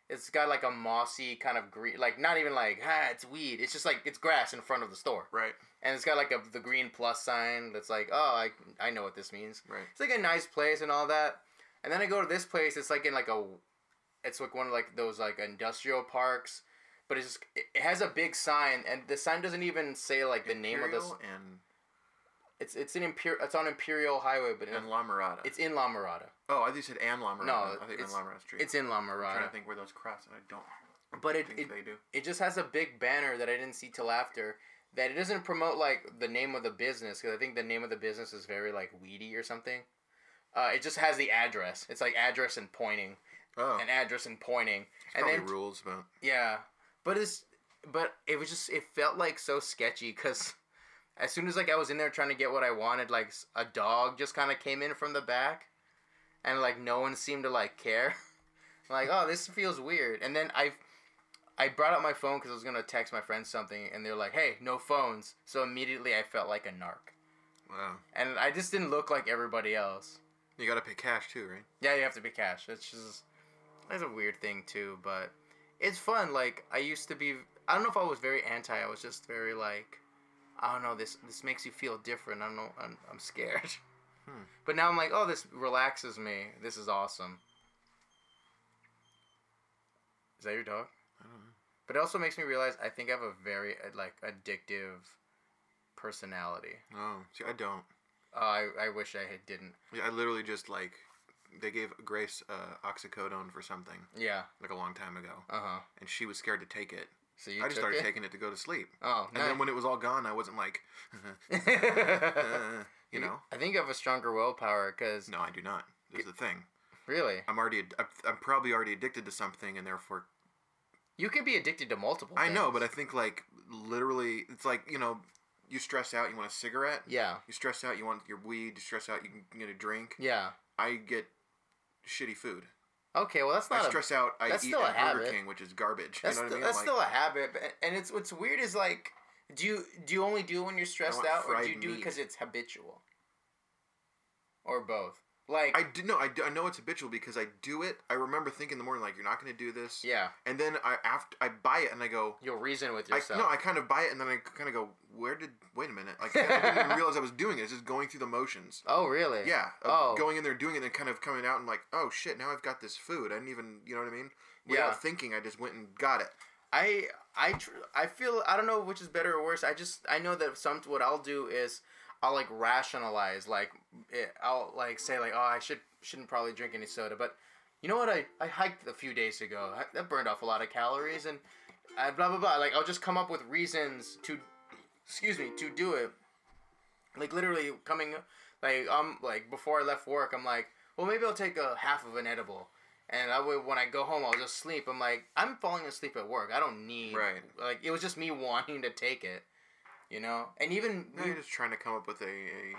[SPEAKER 2] it's got like a mossy kind of green, like not even like ah, it's weed. It's just like it's grass in front of the store,
[SPEAKER 1] Right.
[SPEAKER 2] and it's got like a the green plus sign that's like, oh, I I know what this means
[SPEAKER 1] Right.
[SPEAKER 2] it's like a nice place and all that. And then I go to this place. It's like in like a, it's like one of like those like industrial parks, but it's just, it- it has a big sign, and the sign doesn't even say like the name of this.
[SPEAKER 1] Imperial and
[SPEAKER 2] It's it's in Imperial. It's on Imperial Highway, but
[SPEAKER 1] and La Mirada.
[SPEAKER 2] it's in La Mirada.
[SPEAKER 1] oh, I think you said and La Mirada.
[SPEAKER 2] No,
[SPEAKER 1] I think and
[SPEAKER 2] it's-
[SPEAKER 1] La Mirada Street.
[SPEAKER 2] It's in La
[SPEAKER 1] I'm trying to
[SPEAKER 2] Mirada,
[SPEAKER 1] think where those cross, and I don't
[SPEAKER 2] but it,
[SPEAKER 1] think
[SPEAKER 2] it
[SPEAKER 1] they do.
[SPEAKER 2] it just has a big banner that I didn't see till after that it doesn't promote like the name of the business because I think the name of the business is very like weedy or something. Uh, it just has the address. It's like address and pointing.
[SPEAKER 1] Oh,
[SPEAKER 2] an address and pointing. And
[SPEAKER 1] probably
[SPEAKER 2] then
[SPEAKER 1] rules about.
[SPEAKER 2] yeah, but it's but it was just it felt like so sketchy because as soon as like I was in there trying to get what I wanted, like s- a dog just kind of came in from the back, and like no one seemed to like care. like oh this feels weird. And then I I brought out my phone because I was gonna text my friends something, and they're like hey no phones. So immediately I felt like a narc,
[SPEAKER 1] Wow.
[SPEAKER 2] and I just didn't look like everybody else.
[SPEAKER 1] You gotta pay cash too, right?
[SPEAKER 2] Yeah, you have to be cash. It's just that's a weird thing too, but it's fun. Like I used to be. I don't know if I was very anti. I was just very like, I don't know. This this makes you feel different. I don't know. I'm, I'm scared.
[SPEAKER 1] Hmm.
[SPEAKER 2] But now I'm like, oh, this relaxes me. This is awesome. Is that your dog?
[SPEAKER 1] I don't know.
[SPEAKER 2] But it also makes me realize I think I have a very uh, like addictive personality.
[SPEAKER 1] No, Oh, see, I don't.
[SPEAKER 2] Uh, I I wish I had didn't.
[SPEAKER 1] Yeah, I literally just like they gave Grace uh, oxycodone for something
[SPEAKER 2] Yeah.
[SPEAKER 1] like a long time ago,
[SPEAKER 2] Uh huh.
[SPEAKER 1] and she was scared to take it.
[SPEAKER 2] So you
[SPEAKER 1] I just
[SPEAKER 2] took
[SPEAKER 1] started
[SPEAKER 2] it?
[SPEAKER 1] taking it to go to sleep,
[SPEAKER 2] Oh,
[SPEAKER 1] and then when it was all gone, I wasn't like, uh, you know.
[SPEAKER 2] I think you have a stronger willpower because
[SPEAKER 1] No, I do not. This is the thing.
[SPEAKER 2] really,
[SPEAKER 1] I'm already. ad- I'm- I'm probably already addicted to something, and therefore
[SPEAKER 2] you can be addicted to multiple.
[SPEAKER 1] I know.
[SPEAKER 2] things.
[SPEAKER 1] But I think like literally, it's like you know, you stress out, you want a cigarette.
[SPEAKER 2] yeah,
[SPEAKER 1] You stress out, you want your weed. You stress out, you can get a drink.
[SPEAKER 2] yeah.
[SPEAKER 1] I get shitty food.
[SPEAKER 2] Okay, well that's
[SPEAKER 1] I
[SPEAKER 2] not. A,
[SPEAKER 1] stress out. I
[SPEAKER 2] that's
[SPEAKER 1] eat
[SPEAKER 2] still a
[SPEAKER 1] at Burger
[SPEAKER 2] habit.
[SPEAKER 1] King, which is garbage.
[SPEAKER 2] that's
[SPEAKER 1] you know what
[SPEAKER 2] still,
[SPEAKER 1] I mean?
[SPEAKER 2] that's
[SPEAKER 1] Like,
[SPEAKER 2] still a habit, but, and it's what's weird is like, do you do you only do it when you're stressed
[SPEAKER 1] want
[SPEAKER 2] out, or do
[SPEAKER 1] fried
[SPEAKER 2] you do it
[SPEAKER 1] meat.
[SPEAKER 2] because it's habitual, or both? Like,
[SPEAKER 1] I do no. I, do- I know it's habitual because I do it. I remember thinking in the morning like, "You're not going to do this,"
[SPEAKER 2] yeah,
[SPEAKER 1] and then I after I buy it and I go.
[SPEAKER 2] you'll reason with
[SPEAKER 1] I,
[SPEAKER 2] yourself.
[SPEAKER 1] no, I kind of buy it and then I kind of go, "Where did? Wait a minute! Like I didn't even realize I was doing it. It's just going through the motions."
[SPEAKER 2] oh really?
[SPEAKER 1] Yeah. uh, of
[SPEAKER 2] Oh.
[SPEAKER 1] Going in there, doing it, and then kind of coming out and like, "Oh shit! Now I've got this food. I didn't even, you know what I mean?" Without
[SPEAKER 2] Yeah.
[SPEAKER 1] thinking, I just went and got it.
[SPEAKER 2] I I tr- I feel I don't know which is better or worse. I just I know that some what I'll do is I'll like rationalize like eh, I'll like say like oh I should shouldn't probably drink any soda, but you know what I I hiked a few days ago. I, that burned off a lot of calories and I, blah blah blah. Like I'll just come up with reasons to excuse me to do it. Like literally coming like um like before I left work, I'm like well maybe I'll take a half of an edible. And that way, when I go home, I'll just sleep. I'm like, I'm falling asleep at work. I don't need
[SPEAKER 1] Right.
[SPEAKER 2] Like it was just me wanting to take it, you know. And even
[SPEAKER 1] No, you're just trying to come up with a, a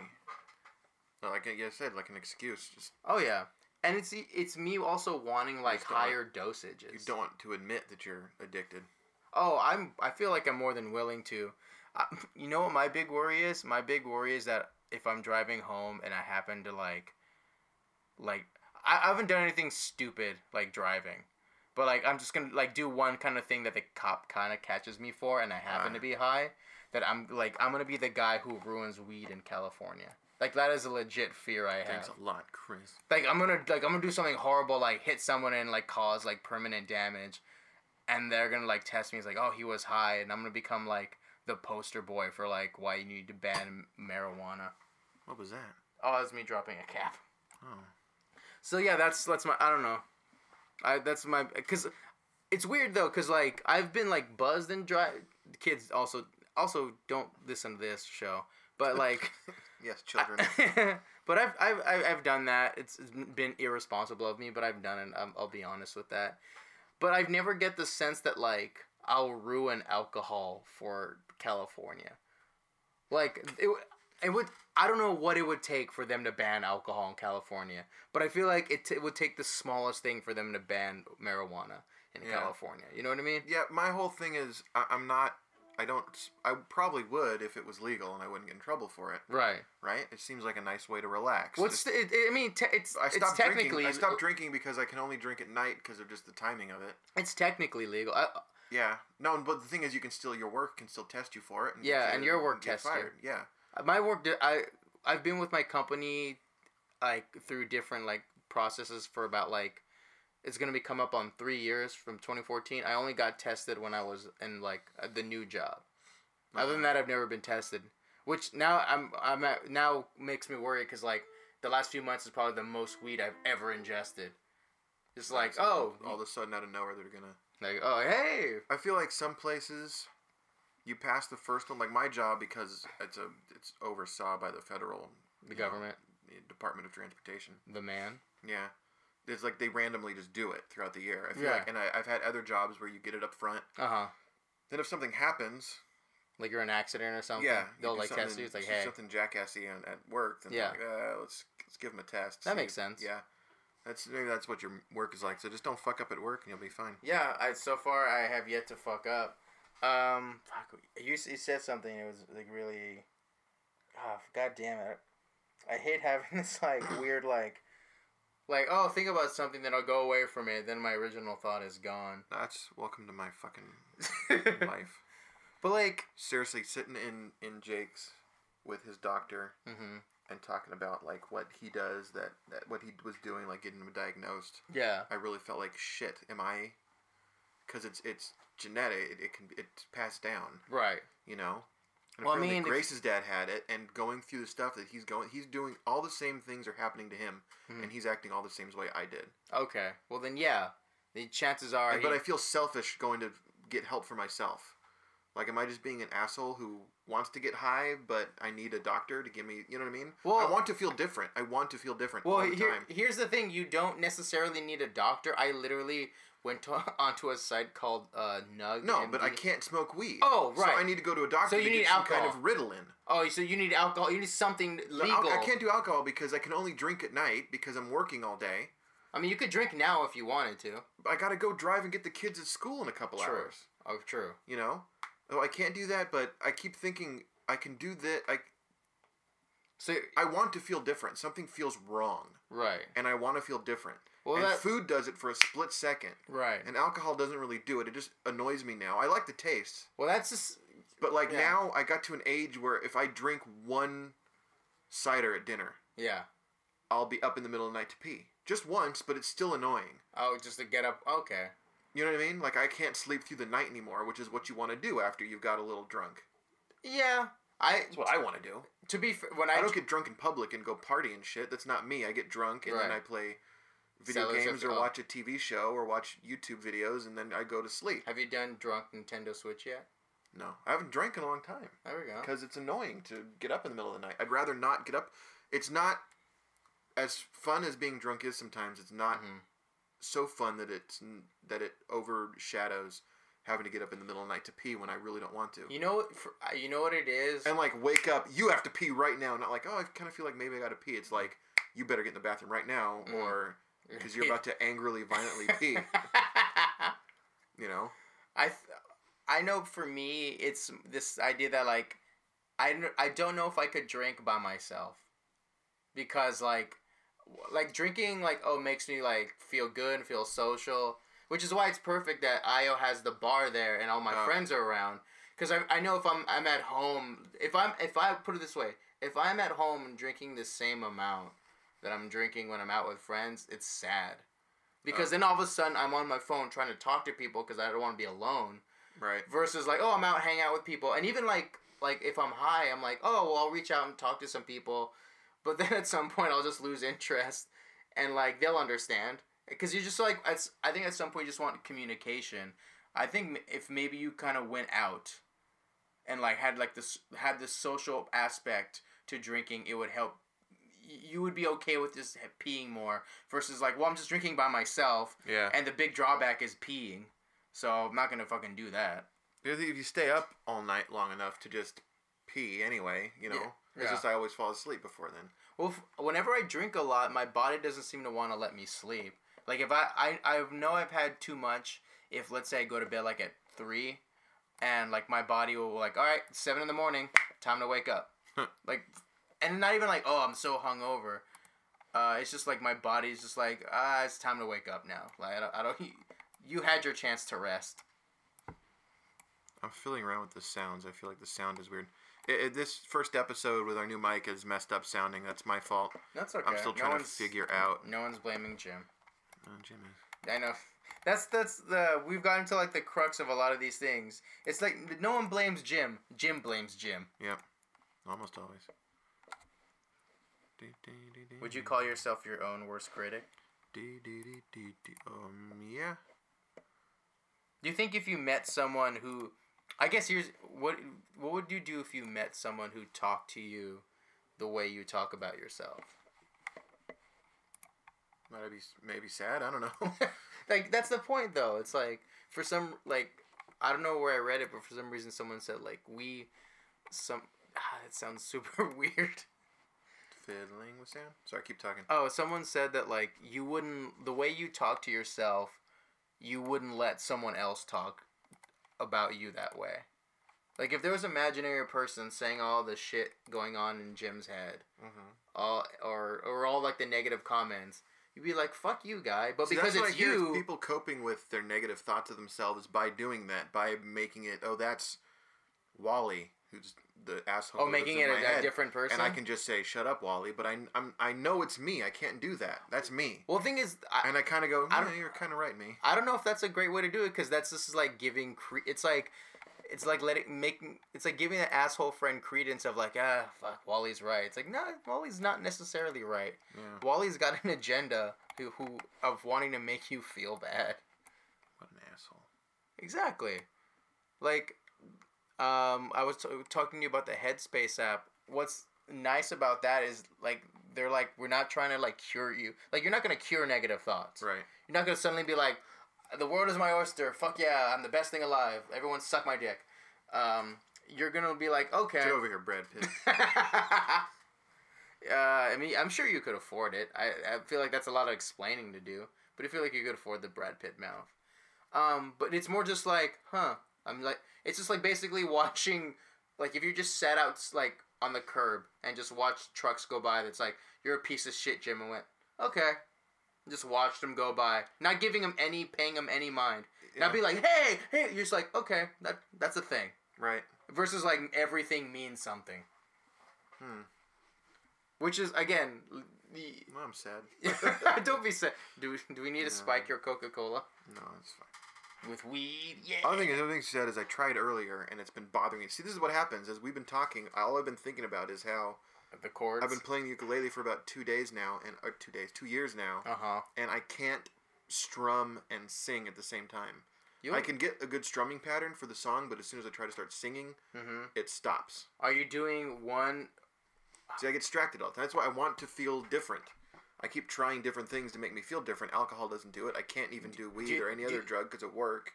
[SPEAKER 1] no, like I said, like an excuse. Just
[SPEAKER 2] oh yeah, and it's e, it's me also wanting like
[SPEAKER 1] just don't-
[SPEAKER 2] higher dosages.
[SPEAKER 1] you don't want to admit that you're addicted.
[SPEAKER 2] Oh, I'm. I feel like I'm more than willing to. I, you know what my big worry is? My big worry is that if I'm driving home and I happen to like, like I, I haven't done anything stupid like driving, but like I'm just gonna like do one kind of thing that the cop kind of catches me for, and I happen
[SPEAKER 1] Ah.
[SPEAKER 2] to be high. That I'm like I'm gonna be the guy who ruins weed in California. Like that is a legit fear I have
[SPEAKER 1] Thanks a lot, Chris.
[SPEAKER 2] like I'm gonna like I'm gonna do something horrible, like hit someone and like cause like permanent damage, and they're gonna like test me. It's like, oh, he was high, and I'm gonna become like the poster boy for like why you need to ban marijuana.
[SPEAKER 1] What was that?
[SPEAKER 2] Oh, that's me dropping a cap.
[SPEAKER 1] Oh,
[SPEAKER 2] So yeah, that's that's my I don't know, I that's my because it's weird though because like I've been like buzzed and dry. Kids also also don't listen to this show, but like.
[SPEAKER 1] yes, children.
[SPEAKER 2] but I've, I've I've I've done that. It's, it's been irresponsible of me, but I've done it. I'm, I'll be honest with that. But I've never get the sense that like I'll ruin alcohol for California. Like it, w- it would. I don't know what it would take for them to ban alcohol in California, but I feel like it, t- it would take the smallest thing for them to ban marijuana in
[SPEAKER 1] Yeah.
[SPEAKER 2] California. You know what I mean?
[SPEAKER 1] yeah, my whole thing is I, I'm not. I don't. s- I probably would if it was legal and I wouldn't get in trouble for it.
[SPEAKER 2] Right.
[SPEAKER 1] Right? It seems like a nice way to relax.
[SPEAKER 2] What's
[SPEAKER 1] Just-
[SPEAKER 2] the, it, it- I mean? Te- it's
[SPEAKER 1] I
[SPEAKER 2] it's
[SPEAKER 1] stopped
[SPEAKER 2] technically
[SPEAKER 1] drinking. I stopped drinking because I can only drink at night because of just the timing of it.
[SPEAKER 2] it's technically legal. I,
[SPEAKER 1] Yeah. No, but the thing is, you can still your work can still test you for it. And
[SPEAKER 2] Yeah,
[SPEAKER 1] get
[SPEAKER 2] and
[SPEAKER 1] you-
[SPEAKER 2] your work
[SPEAKER 1] get
[SPEAKER 2] tests you.
[SPEAKER 1] fired. Yeah.
[SPEAKER 2] my work di- i i've been with my company like through different like processes for about like it's gonna be come up on three years from 2014 i only got tested when i was in like uh, the new job other than that i've never been tested which now i'm i'm at, now makes me worry because like the last few months is probably the most weed i've ever ingested it's like
[SPEAKER 1] So
[SPEAKER 2] oh
[SPEAKER 1] all of a sudden out of nowhere they're gonna.
[SPEAKER 2] like oh hey
[SPEAKER 1] I feel like some places, you pass the first one, like my job, because it's a it's oversaw by the federal
[SPEAKER 2] the government
[SPEAKER 1] Department of Transportation.
[SPEAKER 2] the man
[SPEAKER 1] Yeah. It's like they randomly just do it throughout the year. I feel
[SPEAKER 2] Yeah.
[SPEAKER 1] like, and I, I've had other jobs where you get it up front.
[SPEAKER 2] uh-huh
[SPEAKER 1] Then if something happens,
[SPEAKER 2] like you're in an accident or something
[SPEAKER 1] yeah, you
[SPEAKER 2] they'll
[SPEAKER 1] do
[SPEAKER 2] like test
[SPEAKER 1] something-
[SPEAKER 2] you it's like
[SPEAKER 1] see
[SPEAKER 2] hey
[SPEAKER 1] something jackassy on, at work. Then
[SPEAKER 2] Yeah.
[SPEAKER 1] yeah, like, uh, let's let's give them a test.
[SPEAKER 2] That
[SPEAKER 1] see
[SPEAKER 2] makes
[SPEAKER 1] if-
[SPEAKER 2] sense.
[SPEAKER 1] Yeah, that's maybe that's what your work is like. So just don't fuck up at work, and you'll be fine.
[SPEAKER 2] Yeah, I so far I have yet to fuck up. Um, fuck, you, s- you said something. It was like really, ah, god damn it. I hate having this like weird like, like oh think about something then I'll go away from it. Then my original thought is gone.
[SPEAKER 1] That's welcome to my fucking
[SPEAKER 2] but
[SPEAKER 1] life.
[SPEAKER 2] like,
[SPEAKER 1] Seriously, sitting in in Jake's with his doctor
[SPEAKER 2] hmm
[SPEAKER 1] and talking about like what he does, that that what he was doing, like getting him diagnosed.
[SPEAKER 2] yeah,
[SPEAKER 1] I really felt like shit. Am I? Because it's it's genetic. It, it can it's passed down.
[SPEAKER 2] right.
[SPEAKER 1] you know. And
[SPEAKER 2] Well, I
[SPEAKER 1] apparently
[SPEAKER 2] mean, if-
[SPEAKER 1] Grace's dad had it, and going through the stuff that he's going, he's doing all the same things are happening to him,
[SPEAKER 2] Mhm.
[SPEAKER 1] and he's acting all the same way I did.
[SPEAKER 2] Okay. Well then, yeah. The chances are,
[SPEAKER 1] And- but
[SPEAKER 2] he-
[SPEAKER 1] I feel selfish going to get help for myself. Like, am I just being an asshole who wants to get high, but I need a doctor to give me, you know what I mean?
[SPEAKER 2] Well-
[SPEAKER 1] I want to feel different. I want to feel different
[SPEAKER 2] Well,
[SPEAKER 1] all the
[SPEAKER 2] here,
[SPEAKER 1] time.
[SPEAKER 2] here's the thing: you don't necessarily need a doctor. I literally went to, onto a site called uh, Nug.
[SPEAKER 1] No, but I
[SPEAKER 2] MD.
[SPEAKER 1] can't smoke weed.
[SPEAKER 2] Oh,
[SPEAKER 1] So
[SPEAKER 2] right.
[SPEAKER 1] I need to go to a doctor
[SPEAKER 2] So
[SPEAKER 1] to
[SPEAKER 2] you
[SPEAKER 1] get
[SPEAKER 2] need
[SPEAKER 1] some kind
[SPEAKER 2] alcohol.
[SPEAKER 1] of Ritalin.
[SPEAKER 2] Oh, so you need alcohol. You need something
[SPEAKER 1] But
[SPEAKER 2] legal.
[SPEAKER 1] al- I can't do alcohol because I can only drink at night because I'm working all day.
[SPEAKER 2] I mean, you could drink now if you wanted to.
[SPEAKER 1] I gotta go drive and get the kids at school in a couple
[SPEAKER 2] True.
[SPEAKER 1] hours.
[SPEAKER 2] Oh, true.
[SPEAKER 1] you know oh i can't do that but i keep thinking i can do that i
[SPEAKER 2] So
[SPEAKER 1] i want to feel different something feels wrong
[SPEAKER 2] right.
[SPEAKER 1] and i want to feel different
[SPEAKER 2] Well,
[SPEAKER 1] and
[SPEAKER 2] that
[SPEAKER 1] food does it for a split second
[SPEAKER 2] right.
[SPEAKER 1] and alcohol doesn't really do it it just annoys me now i like the taste
[SPEAKER 2] Well, that's just
[SPEAKER 1] but like
[SPEAKER 2] Yeah.
[SPEAKER 1] now i got to an age where if i drink one cider at dinner
[SPEAKER 2] yeah.
[SPEAKER 1] i'll be up in the middle of the night to pee just once but it's still annoying
[SPEAKER 2] Oh, just to get up. Okay.
[SPEAKER 1] You know what I mean? Like I can't sleep through the night anymore, which is what you want to do after you've got a little drunk.
[SPEAKER 2] Yeah, I
[SPEAKER 1] That's what I want to do.
[SPEAKER 2] to be fair, when I,
[SPEAKER 1] I don't get drunk in public and go party and shit. That's not me. I get drunk and then
[SPEAKER 2] Right.
[SPEAKER 1] I play video
[SPEAKER 2] Sellers
[SPEAKER 1] games
[SPEAKER 2] of-
[SPEAKER 1] or
[SPEAKER 2] oh.
[SPEAKER 1] watch a TV show or watch YouTube videos and then I go to sleep.
[SPEAKER 2] have you done drunk Nintendo Switch yet?
[SPEAKER 1] No, I haven't drank in a long time
[SPEAKER 2] There we go.
[SPEAKER 1] because it's annoying to get up in the middle of the night. I'd rather not get up. It's not as fun as being drunk is sometimes. It's not
[SPEAKER 2] Mhm.
[SPEAKER 1] so fun that it's n- that it overshadows having to get up in the middle of the night to pee when I really don't want to.
[SPEAKER 2] You know, what- for, uh, you know what it is.
[SPEAKER 1] and like wake up you have to pee right now not like oh i kind of feel like maybe i gotta pee it's like you better get in the bathroom right now
[SPEAKER 2] Mm.
[SPEAKER 1] or because you're about to angrily violently pee you know
[SPEAKER 2] I th- I know for me it's this idea that like I, n- I don't know if I could drink by myself because like w- like drinking like oh makes me like feel good and feel social which is why it's perfect that Io has the bar there and all my
[SPEAKER 1] Oh.
[SPEAKER 2] friends are around because I, I know if I'm I'm at home if I'm if I put it this way if I'm at home and drinking the same amount that I'm drinking when I'm out with friends it's sad because
[SPEAKER 1] Oh.
[SPEAKER 2] then all of a sudden I'm on my phone trying to talk to people because I don't want to be alone
[SPEAKER 1] right
[SPEAKER 2] versus like oh i'm out hanging out with people and even like like if i'm high i'm like oh well i'll reach out and talk to some people but then at some point i'll just lose interest and like they'll understand because you just like at s- i think at some point you just want communication i think m- if maybe you kind of went out and like had like this had this social aspect to drinking it would help y- you would be okay with just peeing more versus like well i'm just drinking by myself
[SPEAKER 1] yeah
[SPEAKER 2] and the big drawback is peeing so i'm not gonna fucking do that
[SPEAKER 1] if you stay up all night long enough to just pee anyway you know
[SPEAKER 2] Yeah.
[SPEAKER 1] it's
[SPEAKER 2] Yeah.
[SPEAKER 1] just i always fall asleep before then
[SPEAKER 2] Well, f- whenever I drink a lot, my body doesn't seem to want to let me sleep. Like if I, I I know I've had too much. If let's say I go to bed like at three, and like my body will like all right seven in the morning, time to wake up.
[SPEAKER 1] Huh.
[SPEAKER 2] like, and not even like oh I'm so hungover. Uh, it's just like my body's just like ah it's time to wake up now. Like I don't, I don't you had your chance to rest.
[SPEAKER 1] i'm fiddling around with the sounds i feel like the sound is weird it, it- this first episode with our new mic is messed up sounding that's my fault
[SPEAKER 2] That's okay.
[SPEAKER 1] i'm still trying to
[SPEAKER 2] one's-
[SPEAKER 1] figure out
[SPEAKER 2] No one's blaming Jim.
[SPEAKER 1] oh, jimmy
[SPEAKER 2] I know. That's that's the we've gotten to like the crux of a lot of these things. It's like no one blames Jim. Jim blames Jim.
[SPEAKER 1] yep almost always
[SPEAKER 2] Would you
[SPEAKER 1] Mm-hmm.
[SPEAKER 2] call yourself your own worst critic?
[SPEAKER 1] Do, do, do, do, do. Um, yeah.
[SPEAKER 2] Do you think if you met someone who I guess here's what what would you do if you met someone who talked to you the way you talk about yourself?
[SPEAKER 1] Might I be maybe sad? I don't know.
[SPEAKER 2] like that's the point though. It's like for some like I don't know where I read it, but for some reason someone said like we some ah, it sounds super weird.
[SPEAKER 1] Fiddling with sound. Sorry, keep talking.
[SPEAKER 2] Oh, someone said that like you wouldn't the way you talk to yourself, you wouldn't let someone else talk about you that way. Like if there was an imaginary person saying all the shit going on in Jim's head,
[SPEAKER 1] Mm-hmm.
[SPEAKER 2] all or or all like the negative comments, you'd be like, "Fuck you, guy!" But because it's you,
[SPEAKER 1] people coping with their negative thoughts of themselves by doing that, by making it. Oh, that's Wally, who's the asshole.
[SPEAKER 2] oh,
[SPEAKER 1] who lives
[SPEAKER 2] making
[SPEAKER 1] in
[SPEAKER 2] it
[SPEAKER 1] my
[SPEAKER 2] a, a
[SPEAKER 1] head,
[SPEAKER 2] different person.
[SPEAKER 1] And I can just say, "Shut up, Wally." But I, I'm, I know it's me. I can't do that. That's me.
[SPEAKER 2] well, the thing is, I,
[SPEAKER 1] And I kind of go,
[SPEAKER 2] I
[SPEAKER 1] "Yeah,
[SPEAKER 2] don't-
[SPEAKER 1] "You're kind of right, me."
[SPEAKER 2] I don't know if that's a great way to do it because that's just like giving. Cre- it's like, it's like letting making. It's like giving an asshole friend credence of like, ah, fuck, Wally's right. It's like, no, Wally's not necessarily right.
[SPEAKER 1] Yeah.
[SPEAKER 2] Wally's got an agenda who, who of wanting to make you feel bad.
[SPEAKER 1] What an asshole.
[SPEAKER 2] Exactly. Like, um, I was t- talking to you about the Headspace app. What's nice about that is like they're like we're not trying to like cure you. Like you're not gonna cure negative thoughts.
[SPEAKER 1] Right.
[SPEAKER 2] You're not gonna suddenly be like, the world is my oyster. Fuck yeah, I'm the best thing alive. Everyone suck my dick. Um, you're gonna be like, okay.
[SPEAKER 1] Get over here, Brad Pitt.
[SPEAKER 2] uh, I mean, I'm sure you could afford it. I, I feel like that's a lot of explaining to do, but I feel like you could afford the Brad Pitt mouth. Um, but it's more just like, huh? I'm like, it's just like basically watching, like if you just sat out like on the curb and just watched trucks go by. That's like you're a piece of shit, Jim, and went okay. Just watched them go by, not giving them any, paying them any mind.
[SPEAKER 1] Yeah.
[SPEAKER 2] Not be like, hey, hey. You're just like, okay, that that's a thing.
[SPEAKER 1] right.
[SPEAKER 2] Versus like everything means something.
[SPEAKER 1] Hmm.
[SPEAKER 2] Which is again, l- the
[SPEAKER 1] Well, I'm sad.
[SPEAKER 2] don't be sad. Do do we need to
[SPEAKER 1] No.
[SPEAKER 2] spike your Coca Cola?
[SPEAKER 1] No, it's fine.
[SPEAKER 2] with weed. Yeah.
[SPEAKER 1] Other thing, another thing she said is I tried earlier and it's been bothering me. See, this is what happens as we've been talking. All I've been thinking about is how
[SPEAKER 2] the chords.
[SPEAKER 1] I've been playing the ukulele for about two days now, and or two days, two years now,
[SPEAKER 2] Uh huh.
[SPEAKER 1] and I can't strum and sing at the same time.
[SPEAKER 2] You.
[SPEAKER 1] I can get a good strumming pattern for the song, but as soon as I try to start singing,
[SPEAKER 2] Mhm.
[SPEAKER 1] it stops.
[SPEAKER 2] Are you doing one?
[SPEAKER 1] See, I get distracted all the time. That's why I want to feel different. I keep trying different things to make me feel different. Alcohol doesn't do it. I can't even do weed
[SPEAKER 2] do-
[SPEAKER 1] or any
[SPEAKER 2] do-
[SPEAKER 1] other drug because at work,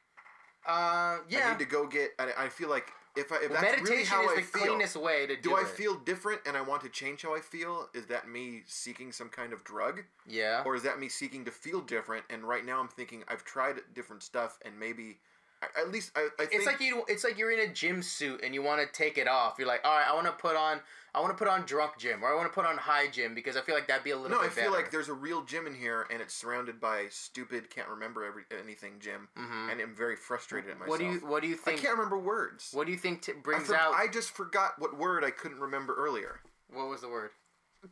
[SPEAKER 2] Uh, yeah.
[SPEAKER 1] I need to go get. I, I feel like if I, if that's
[SPEAKER 2] Meditation
[SPEAKER 1] really how
[SPEAKER 2] is
[SPEAKER 1] I
[SPEAKER 2] the
[SPEAKER 1] feel,
[SPEAKER 2] cleanest way to do,
[SPEAKER 1] do I
[SPEAKER 2] it.
[SPEAKER 1] feel different and I want to change how I feel? Is that me seeking some kind of drug?
[SPEAKER 2] Yeah.
[SPEAKER 1] Or is that me seeking to feel different? And right now I'm thinking I've tried different stuff and maybe I, at least I, I think
[SPEAKER 2] It's like you. It's like you're in a gym suit and you want to take it off. You're like, all right, I want to put on. I want to put on drunk gym or I want to put on high gym because I feel like that'd be a little.
[SPEAKER 1] no,
[SPEAKER 2] bit
[SPEAKER 1] I feel
[SPEAKER 2] better.
[SPEAKER 1] like there's a real gym in here and it's surrounded by stupid can't remember every, anything gym
[SPEAKER 2] Mhm.
[SPEAKER 1] and I'm very frustrated at myself.
[SPEAKER 2] What do you What do you
[SPEAKER 1] I
[SPEAKER 2] think?
[SPEAKER 1] can't remember words.
[SPEAKER 2] What do you think t-
[SPEAKER 1] I,
[SPEAKER 2] brings
[SPEAKER 1] for-
[SPEAKER 2] out?
[SPEAKER 1] I just forgot what word I couldn't remember earlier.
[SPEAKER 2] what was the word?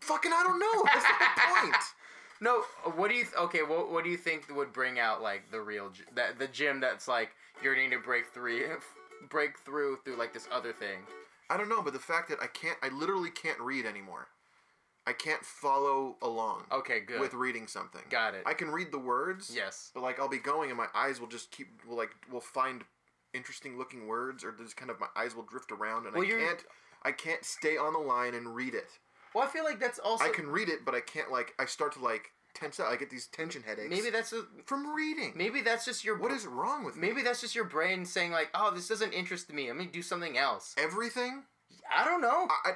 [SPEAKER 1] Fucking I don't know. That's not the point.
[SPEAKER 2] No, Uh, what do you th- okay? What what do you think would bring out like the real gy- that the gym that's like you're needing to break three, break through through like this other thing?
[SPEAKER 1] I don't know, but the fact that I can't, I literally can't read anymore. I can't follow along
[SPEAKER 2] Okay, good.
[SPEAKER 1] with reading something.
[SPEAKER 2] Oh, Got it.
[SPEAKER 1] I can read the words.
[SPEAKER 2] yes.
[SPEAKER 1] But like I'll be going and my eyes will just keep will like will find interesting looking words or just kind of my eyes will drift around and
[SPEAKER 2] Well,
[SPEAKER 1] I
[SPEAKER 2] you're-
[SPEAKER 1] can't I can't stay on the line and read it.
[SPEAKER 2] Well, I feel like that's also
[SPEAKER 1] I can read it, but I can't like I start to like tense out. I get these tension headaches.
[SPEAKER 2] maybe that's a,
[SPEAKER 1] from reading.
[SPEAKER 2] maybe that's just your
[SPEAKER 1] what is wrong with me?
[SPEAKER 2] maybe that's just your brain saying like, oh, this doesn't interest me. Let me do something else.
[SPEAKER 1] everything?
[SPEAKER 2] I don't know.
[SPEAKER 1] I, I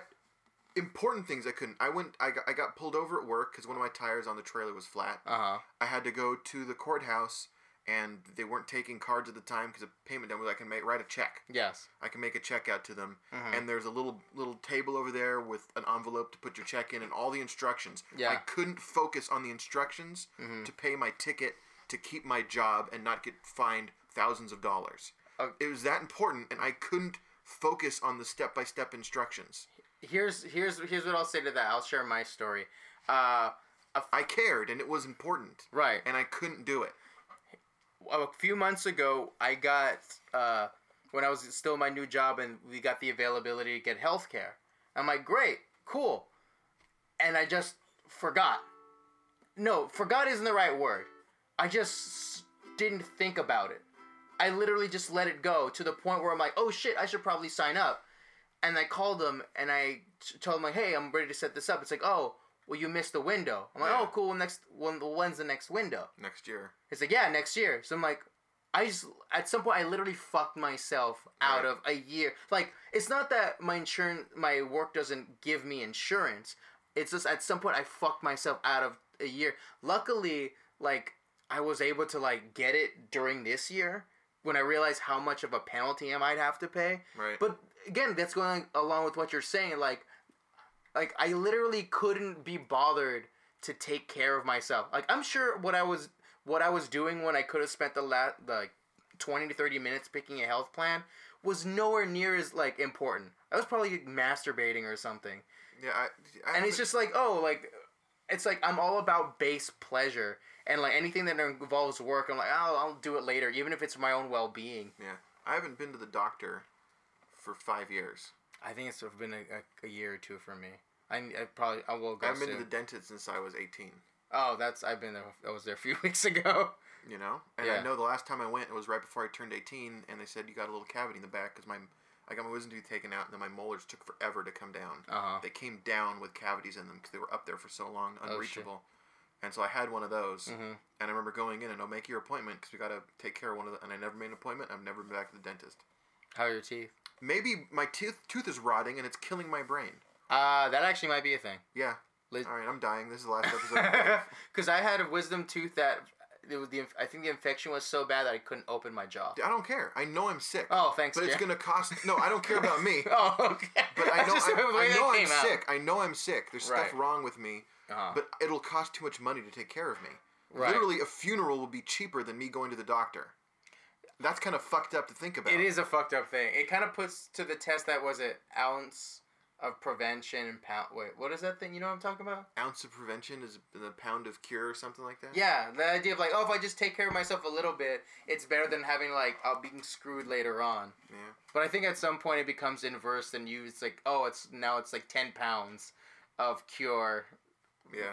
[SPEAKER 1] important things I couldn't. I went. I got, I got pulled over at work because one of my tires on the trailer was flat.
[SPEAKER 2] Uh huh.
[SPEAKER 1] I had to go to the courthouse, and they weren't taking cards at the time because a payment done was I can make write a check.
[SPEAKER 2] Yes.
[SPEAKER 1] I can make a check out to them,
[SPEAKER 2] Mhm.
[SPEAKER 1] and there's a little little table over there with an envelope to put your check in and all the instructions. I
[SPEAKER 2] Yeah. Mm-hmm.
[SPEAKER 1] couldn't focus on the instructions to pay my ticket to keep my job and not get fined thousands of dollars.
[SPEAKER 2] Oh.
[SPEAKER 1] It was that important, and I couldn't focus on the step by step instructions.
[SPEAKER 2] Here's here's here's what I'll say to that. I'll share my story. Uh,
[SPEAKER 1] I cared and it was important,
[SPEAKER 2] right.
[SPEAKER 1] and I couldn't do it.
[SPEAKER 2] a few months ago, I got uh, when I was still in my new job, and we got the availability to get health care. I'm like, great, cool, and I just forgot. No, forgot isn't the right word. I just s- didn't think about it. I literally just let it go to the point where I'm like, oh shit, I should probably sign up. And I called them and I t- told them like, hey, I'm ready to set this up. It's like, oh, well, you missed the window. I'm like,
[SPEAKER 1] Yeah.
[SPEAKER 2] oh, cool. Well, next, when, when's the next window?
[SPEAKER 1] Next year,
[SPEAKER 2] It's like, yeah, next year. So I'm like, I just at some point I literally fucked myself out
[SPEAKER 1] Right.
[SPEAKER 2] of a year. Like, it's not that my insurance, my work doesn't give me insurance. It's just at some point I fucked myself out of a year. Luckily, like I was able to like get it during this year when I realized how much of a penalty I might have to pay.
[SPEAKER 1] right?
[SPEAKER 2] But again, that's going along with what you're saying. Like, like I literally couldn't be bothered to take care of myself. Like I'm sure what I was what I was doing when I could have spent the last like twenty to thirty minutes picking a health plan was nowhere near as like important. I was probably masturbating or something.
[SPEAKER 1] yeah, I, I
[SPEAKER 2] And
[SPEAKER 1] haven't-
[SPEAKER 2] it's just like, oh, like it's like I'm all about base pleasure and like anything that involves work, I'm like, oh, I'll do it later, even if it's my own well being.
[SPEAKER 1] yeah. I haven't been to the doctor for five years.
[SPEAKER 2] I think it's been a, a, a year or two for me. I, I probably I will
[SPEAKER 1] I
[SPEAKER 2] go
[SPEAKER 1] haven't been
[SPEAKER 2] soon.
[SPEAKER 1] to the dentist since I was 18.
[SPEAKER 2] oh, that's I've been there. I was there a few weeks ago.
[SPEAKER 1] You know, and I
[SPEAKER 2] Yeah.
[SPEAKER 1] know the last time I went, it was right before I turned 18, and they said you got a little cavity in the back because my I got my wisdom tooth taken out, and then my molars took forever to come down.
[SPEAKER 2] Uh huh.
[SPEAKER 1] They came down with cavities in them because they were up there for so long,
[SPEAKER 2] Oh, shit.
[SPEAKER 1] unreachable. and so I had one of those,
[SPEAKER 2] Mhm.
[SPEAKER 1] and I remember going in and I'll make your appointment because we got to take care of one of the. And I never made an appointment. I've never been back to the dentist.
[SPEAKER 2] How are your teeth?
[SPEAKER 1] Maybe my tooth tooth is rotting and it's killing my brain.
[SPEAKER 2] Uh, that actually might be a thing.
[SPEAKER 1] Yeah.
[SPEAKER 2] Liz-
[SPEAKER 1] All right, I'm dying. This is the last episode. of my life.
[SPEAKER 2] Because I had a wisdom tooth that it was the inf- I think the infection was so bad that I couldn't open my jaw.
[SPEAKER 1] I don't care. I know I'm sick.
[SPEAKER 2] Oh, thanks.
[SPEAKER 1] but it's
[SPEAKER 2] Jeff.
[SPEAKER 1] gonna cost. No, I don't care about me.
[SPEAKER 2] Oh, okay.
[SPEAKER 1] But I know,
[SPEAKER 2] just-
[SPEAKER 1] I,
[SPEAKER 2] the way
[SPEAKER 1] I
[SPEAKER 2] that
[SPEAKER 1] know I'm
[SPEAKER 2] came out.
[SPEAKER 1] sick. I know I'm sick. There's
[SPEAKER 2] Right.
[SPEAKER 1] stuff wrong with me,
[SPEAKER 2] Uh-huh.
[SPEAKER 1] but it'll cost too much money to take care of me.
[SPEAKER 2] Right.
[SPEAKER 1] Literally, a funeral will be cheaper than me going to the doctor. That's kind of fucked up to think about.
[SPEAKER 2] It is a fucked up thing. It kind of puts to the test that was it ounce of prevention and pound. Wait, what is that thing? You know what I'm talking about?
[SPEAKER 1] Ounce of prevention is a pound of cure or something like that.
[SPEAKER 2] Yeah, the idea of like, oh, if I just take care of myself a little bit, it's better than having like I'll being screwed later on.
[SPEAKER 1] Yeah.
[SPEAKER 2] But I think at some point it becomes inverse, and you it's like, oh, it's now it's like ten pounds of cure.
[SPEAKER 1] Yeah.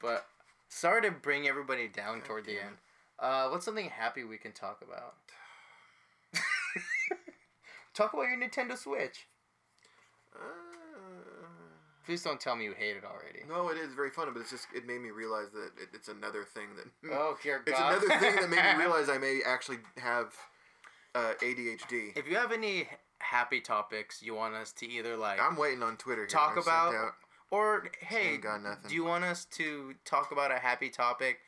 [SPEAKER 2] But sorry to bring everybody down
[SPEAKER 1] God
[SPEAKER 2] toward the
[SPEAKER 1] damn
[SPEAKER 2] end. Uh, what's something happy we can talk about? talk about your Nintendo Switch.
[SPEAKER 1] Uh,
[SPEAKER 2] Please don't tell me you hate it already.
[SPEAKER 1] no, it is very fun, but it's just it made me realize that it, it's another thing that
[SPEAKER 2] Oh dear
[SPEAKER 1] it's
[SPEAKER 2] God!
[SPEAKER 1] another thing that made me realize I may actually have uh, ADHD.
[SPEAKER 2] If you have any happy topics you want us to either like
[SPEAKER 1] I'm waiting on Twitter. Here.
[SPEAKER 2] Talk
[SPEAKER 1] I sent
[SPEAKER 2] about-
[SPEAKER 1] out-
[SPEAKER 2] Or hey,
[SPEAKER 1] Ain't got nothing.
[SPEAKER 2] do you want us to talk about a happy topic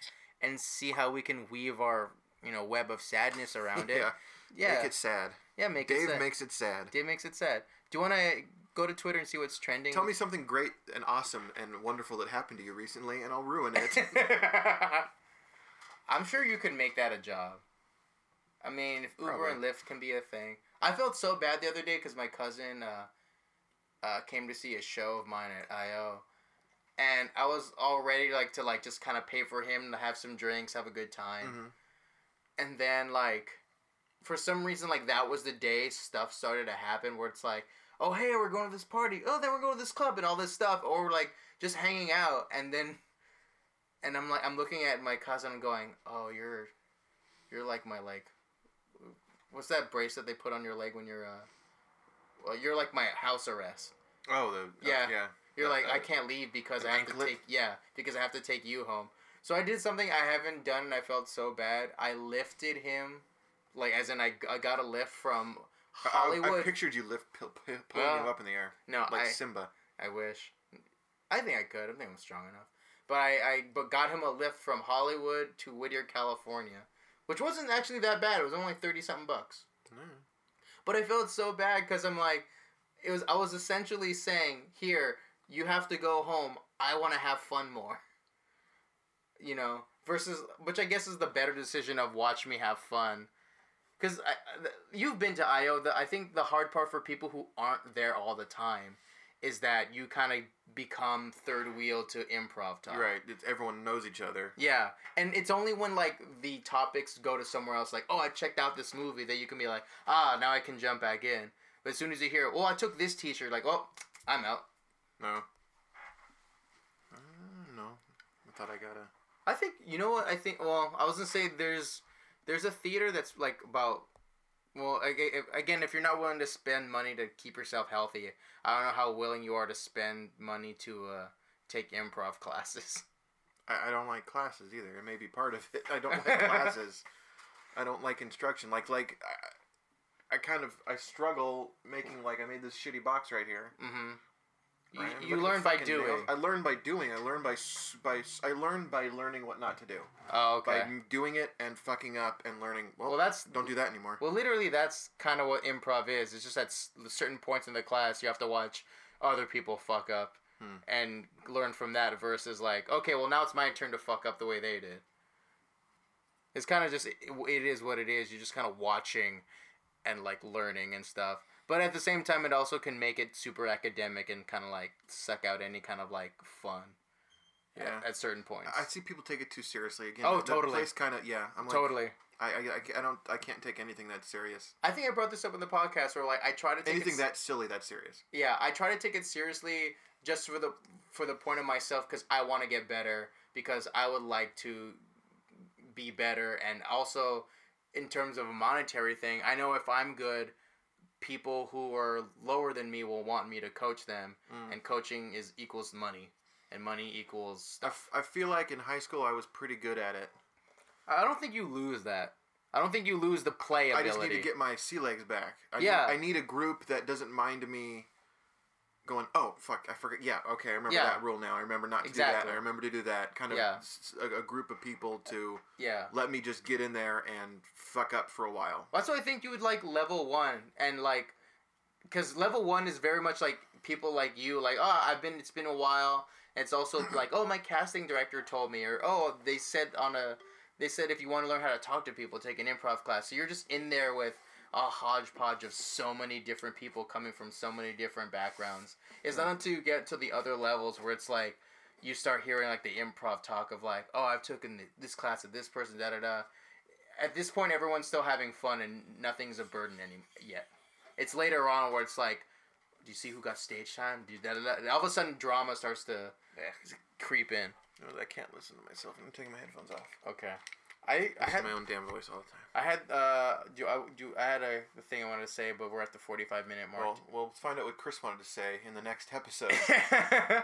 [SPEAKER 2] and see how we can weave our you know web of sadness around it?
[SPEAKER 1] yeah,
[SPEAKER 2] yeah,
[SPEAKER 1] Make it sad.
[SPEAKER 2] yeah. Make
[SPEAKER 1] Dave
[SPEAKER 2] it sad.
[SPEAKER 1] makes it sad.
[SPEAKER 2] Dave makes it sad. Do you want to go to Twitter and see what's trending?
[SPEAKER 1] Tell me something great and awesome and wonderful that happened to you recently, and I'll ruin it.
[SPEAKER 2] I'm sure you could make that a job. I mean, if Uber
[SPEAKER 1] Probably.
[SPEAKER 2] and Lyft can be a thing. I felt so bad the other day because my cousin uh, uh, came to see a show of mine at IO, and I was all ready like to like just kind of pay for him to have some drinks, have a good time,
[SPEAKER 1] Mhm.
[SPEAKER 2] and then like for some reason like that was the day stuff started to happen where it's like oh hey we're going to this party oh then we're going to this club and all this stuff or we're like just hanging out and then and i'm like i'm looking at my cousin and going oh you're you're like my like what's that bracelet they put on your leg when you're uh well you're like my house arrest
[SPEAKER 1] oh, the
[SPEAKER 2] Yeah.
[SPEAKER 1] yeah.
[SPEAKER 2] you're
[SPEAKER 1] Uh,
[SPEAKER 2] like i
[SPEAKER 1] uh,
[SPEAKER 2] can't leave because i
[SPEAKER 1] an
[SPEAKER 2] have
[SPEAKER 1] anklet?
[SPEAKER 2] to take yeah because i have to take you home so i did something i haven't done and i felt so bad i lifted him like as in i, I got a lift from
[SPEAKER 1] I- I-
[SPEAKER 2] hollywood
[SPEAKER 1] I, pictured you lift pil- pil- pulling
[SPEAKER 2] Well,
[SPEAKER 1] you up in the air
[SPEAKER 2] no
[SPEAKER 1] like
[SPEAKER 2] I,
[SPEAKER 1] Simba.
[SPEAKER 2] I wish. I think I could. I think I'm strong enough. But I, I but got him a lift from Hollywood to Whittier, California, which wasn't actually that bad. It was only like thirty something bucks.
[SPEAKER 1] Mm.
[SPEAKER 2] But I felt so bad because I'm like, it was. I was essentially saying, here, you have to go home. I want to have fun more. You know, versus which I guess is the better decision of watch me have fun. Because you've been to IO, the, I think the hard part for people who aren't there all the time is that you kind of become third wheel to improv talk.
[SPEAKER 1] Right. It's, everyone knows each other.
[SPEAKER 2] Yeah, and it's only when like the topics go to somewhere else, like oh I checked out this movie, that you can be like ah now I can jump back in. But as soon as you hear, oh I took this T-shirt, like oh I'm out.
[SPEAKER 1] No. Uh, no. I thought I got a.
[SPEAKER 2] I think you know what I think. Well, I was gonna say there's there's a theater that's like about. Well, aga- if- again, if you're not willing to spend money to keep yourself healthy, I don't know how willing you are to spend money to uh, take improv classes.
[SPEAKER 1] I, I don't like classes either. It may be part of it. I don't like classes. I don't like instruction. Like like I, I kind of I struggle making like I made this shitty box right here.
[SPEAKER 2] Mm-hmm.
[SPEAKER 1] right? And look
[SPEAKER 2] You, you
[SPEAKER 1] at the
[SPEAKER 2] learn by
[SPEAKER 1] fucking nails.
[SPEAKER 2] doing.
[SPEAKER 1] I learn by doing. I learn by s- by s- I learn by learning what not to do.
[SPEAKER 2] Oh, okay.
[SPEAKER 1] By m- doing it and fucking up and learning. Well,
[SPEAKER 2] well, that's
[SPEAKER 1] don't do that anymore.
[SPEAKER 2] Well, literally, that's kind of what improv is. It's just at s- certain points in the class, you have to watch other people fuck up
[SPEAKER 1] Hmm.
[SPEAKER 2] and learn from that versus, like, okay, well, now it's my turn to fuck up the way they did. It's kind of just, it, it is what it is. You're just kind of watching and, like, learning and stuff. But at the same time, it also can make it super academic and kind of, like, suck out any kind of, like, fun at-
[SPEAKER 1] Yeah.
[SPEAKER 2] at, certain points.
[SPEAKER 1] I see people take it too seriously again.
[SPEAKER 2] Oh,
[SPEAKER 1] that
[SPEAKER 2] totally.
[SPEAKER 1] Place kind of yeah. I'm like
[SPEAKER 2] totally.
[SPEAKER 1] I, I, I- I don't I can't take anything that serious.
[SPEAKER 2] I think I brought this up in the podcast where, like, I try to take it
[SPEAKER 1] Anything
[SPEAKER 2] s-
[SPEAKER 1] that silly that serious.
[SPEAKER 2] yeah i try to take it seriously just for the for the point of myself because i want to get better because i would like to be better and also in terms of a monetary thing i know if i'm good people who are lower than me will want me to coach them
[SPEAKER 1] Mm.
[SPEAKER 2] and coaching is equals money and money equals
[SPEAKER 1] I,
[SPEAKER 2] stuff
[SPEAKER 1] f- I feel like in high school I was pretty good at it.
[SPEAKER 2] i don't think you lose that i don't think you lose the play
[SPEAKER 1] I
[SPEAKER 2] ability
[SPEAKER 1] just need to get my sea legs back. I
[SPEAKER 2] Yeah.
[SPEAKER 1] Need, I need a group that doesn't mind me going, oh, fuck, I forgot. Yeah, okay, I remember
[SPEAKER 2] Yeah.
[SPEAKER 1] that rule now. I remember not to do
[SPEAKER 2] Exactly.
[SPEAKER 1] that. I remember to do that. Kind of
[SPEAKER 2] Yeah.
[SPEAKER 1] s- a, a group of people to
[SPEAKER 2] yeah
[SPEAKER 1] let me just get in there and fuck up for a while.
[SPEAKER 2] That's why I think you would like level one and like, because level one is very much like people like you, like oh I've been it's been a while. It's also like oh my casting director told me or oh they said on a they said if you want to learn how to talk to people take an improv class. So you're just in there with a hodgepodge of so many different people coming from so many different backgrounds. It's not until you get to the other levels where it's like you start hearing like the improv talk of like, oh, I've taken th- this class of this person, da da da. At this point, everyone's still having fun and nothing's a burden any yet. It's later on where it's like, do you see who got stage time? Do da da da. And all of a sudden, drama starts to creep in.
[SPEAKER 1] No, I can't listen to myself. I'm taking my headphones off.
[SPEAKER 2] Okay, I I
[SPEAKER 1] I
[SPEAKER 2] had
[SPEAKER 1] my own damn voice all the time.
[SPEAKER 2] I had uh do I do I had a thing I wanted to say, but we're at the forty five minute mark.
[SPEAKER 1] Well, we'll find out what Chris wanted to say in the next episode.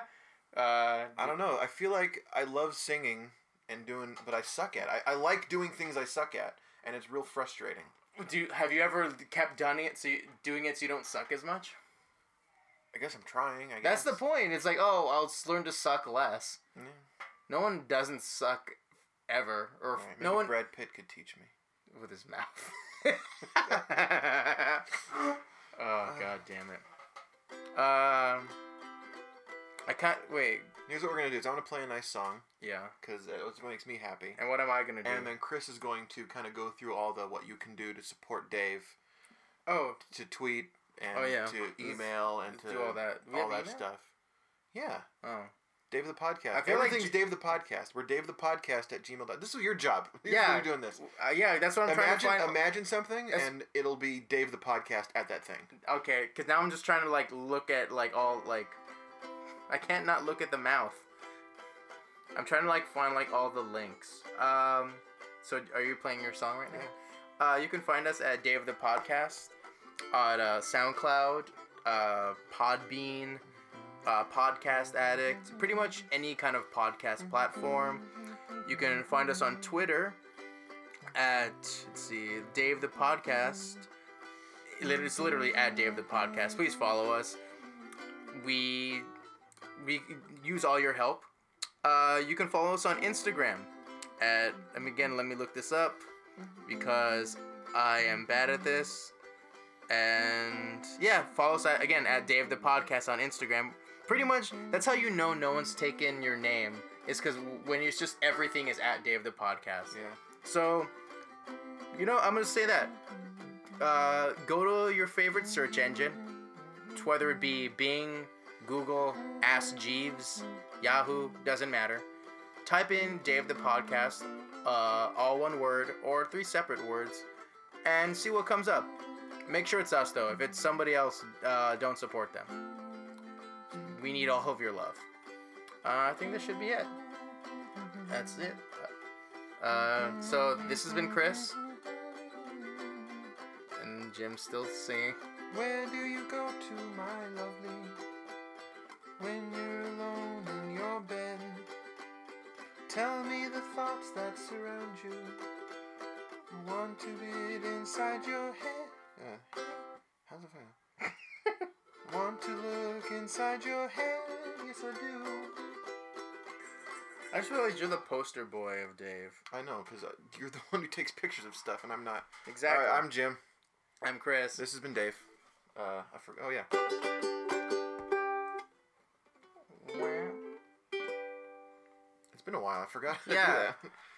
[SPEAKER 2] uh,
[SPEAKER 1] I don't know. I feel like I love singing and doing, but I suck at. I, I like doing things I suck at, and it's real frustrating.
[SPEAKER 2] do have you ever kept doing it so you, doing it so you don't suck as much?
[SPEAKER 1] I guess I'm trying. I guess.
[SPEAKER 2] That's the point. It's like oh, I'll s- learn to suck less.
[SPEAKER 1] Yeah.
[SPEAKER 2] No one doesn't suck ever, or
[SPEAKER 1] All right, maybe
[SPEAKER 2] no one
[SPEAKER 1] Brad Pitt could teach me.
[SPEAKER 2] with his mouth. oh
[SPEAKER 1] Uh.
[SPEAKER 2] god damn it. Um, I can't wait.
[SPEAKER 1] Here's what we're gonna do: is I'm gonna play a nice song
[SPEAKER 2] Yeah,
[SPEAKER 1] because that's what makes me happy,
[SPEAKER 2] and what am I gonna do?
[SPEAKER 1] and then Chris is going to kind of go through all the what you can do to support Dave,
[SPEAKER 2] oh,
[SPEAKER 1] to tweet and
[SPEAKER 2] Oh, yeah.
[SPEAKER 1] to
[SPEAKER 2] Let's-
[SPEAKER 1] email and
[SPEAKER 2] let's
[SPEAKER 1] to
[SPEAKER 2] do all that. We
[SPEAKER 1] all
[SPEAKER 2] have
[SPEAKER 1] that
[SPEAKER 2] email?
[SPEAKER 1] stuff. Yeah.
[SPEAKER 2] oh.
[SPEAKER 1] Dave the podcast.
[SPEAKER 2] I feel like
[SPEAKER 1] Everything's
[SPEAKER 2] J-
[SPEAKER 1] Dave the podcast. We're Dave the podcast at gmail. dot- This is your job. This is
[SPEAKER 2] Yeah.
[SPEAKER 1] why you're doing this.
[SPEAKER 2] Uh, yeah, that's what I'm
[SPEAKER 1] imagine
[SPEAKER 2] trying to find.
[SPEAKER 1] imagine something
[SPEAKER 2] That's-
[SPEAKER 1] and it'll be Dave the podcast at that thing.
[SPEAKER 2] Okay, because now I'm just trying to like look at like all like, I can't not look at the mouth. I'm trying to like find like all the links. Um, so are you playing your song right now? Uh, you can find us at Day of the Podcast on uh, SoundCloud, uh, Podbean, uh, Podcast Addict, pretty much any kind of podcast platform. You can find us on Twitter at let's see, Dave the Podcast. Lit- It's literally at Day of the Podcast. Please follow us. We we use all your help. Uh, you can follow us on Instagram at. And again, let me look this up because I am bad at this. And yeah, follow us at, again at Dave the Podcast on Instagram. Pretty much, that's how you know no one's taken your name. Is because when it's just everything is at Dave the Podcast. So, you know, I'm gonna say that. Uh, go to your favorite search engine, t- whether it be Bing, Google, Ask Jeeves, Yahoo, doesn't matter. Type in Dave the Podcast, uh, all one word or three separate words, and see what comes up. Make sure it's us though. If it's somebody else, uh, don't support them. We need all of your love. Uh, I think that should be it. That's it. Uh, so this has been Chris. And Jim's still singing.
[SPEAKER 1] Where do you go to, my lovely? When you're alone in your bed, tell me the thoughts that surround you. One to it inside your head. Uh, how's it feel? Want to look inside your head? Yes, I do.
[SPEAKER 2] I just realized you're the poster boy of Dave.
[SPEAKER 1] I know, because you're the one who takes pictures of stuff, and I'm not. All
[SPEAKER 2] Exactly.
[SPEAKER 1] right, I'm Jim.
[SPEAKER 2] I'm Chris.
[SPEAKER 1] This has been Dave. Uh, I forgot. Oh yeah. It's been a while. I forgot. how to do
[SPEAKER 2] Yeah.
[SPEAKER 1] that.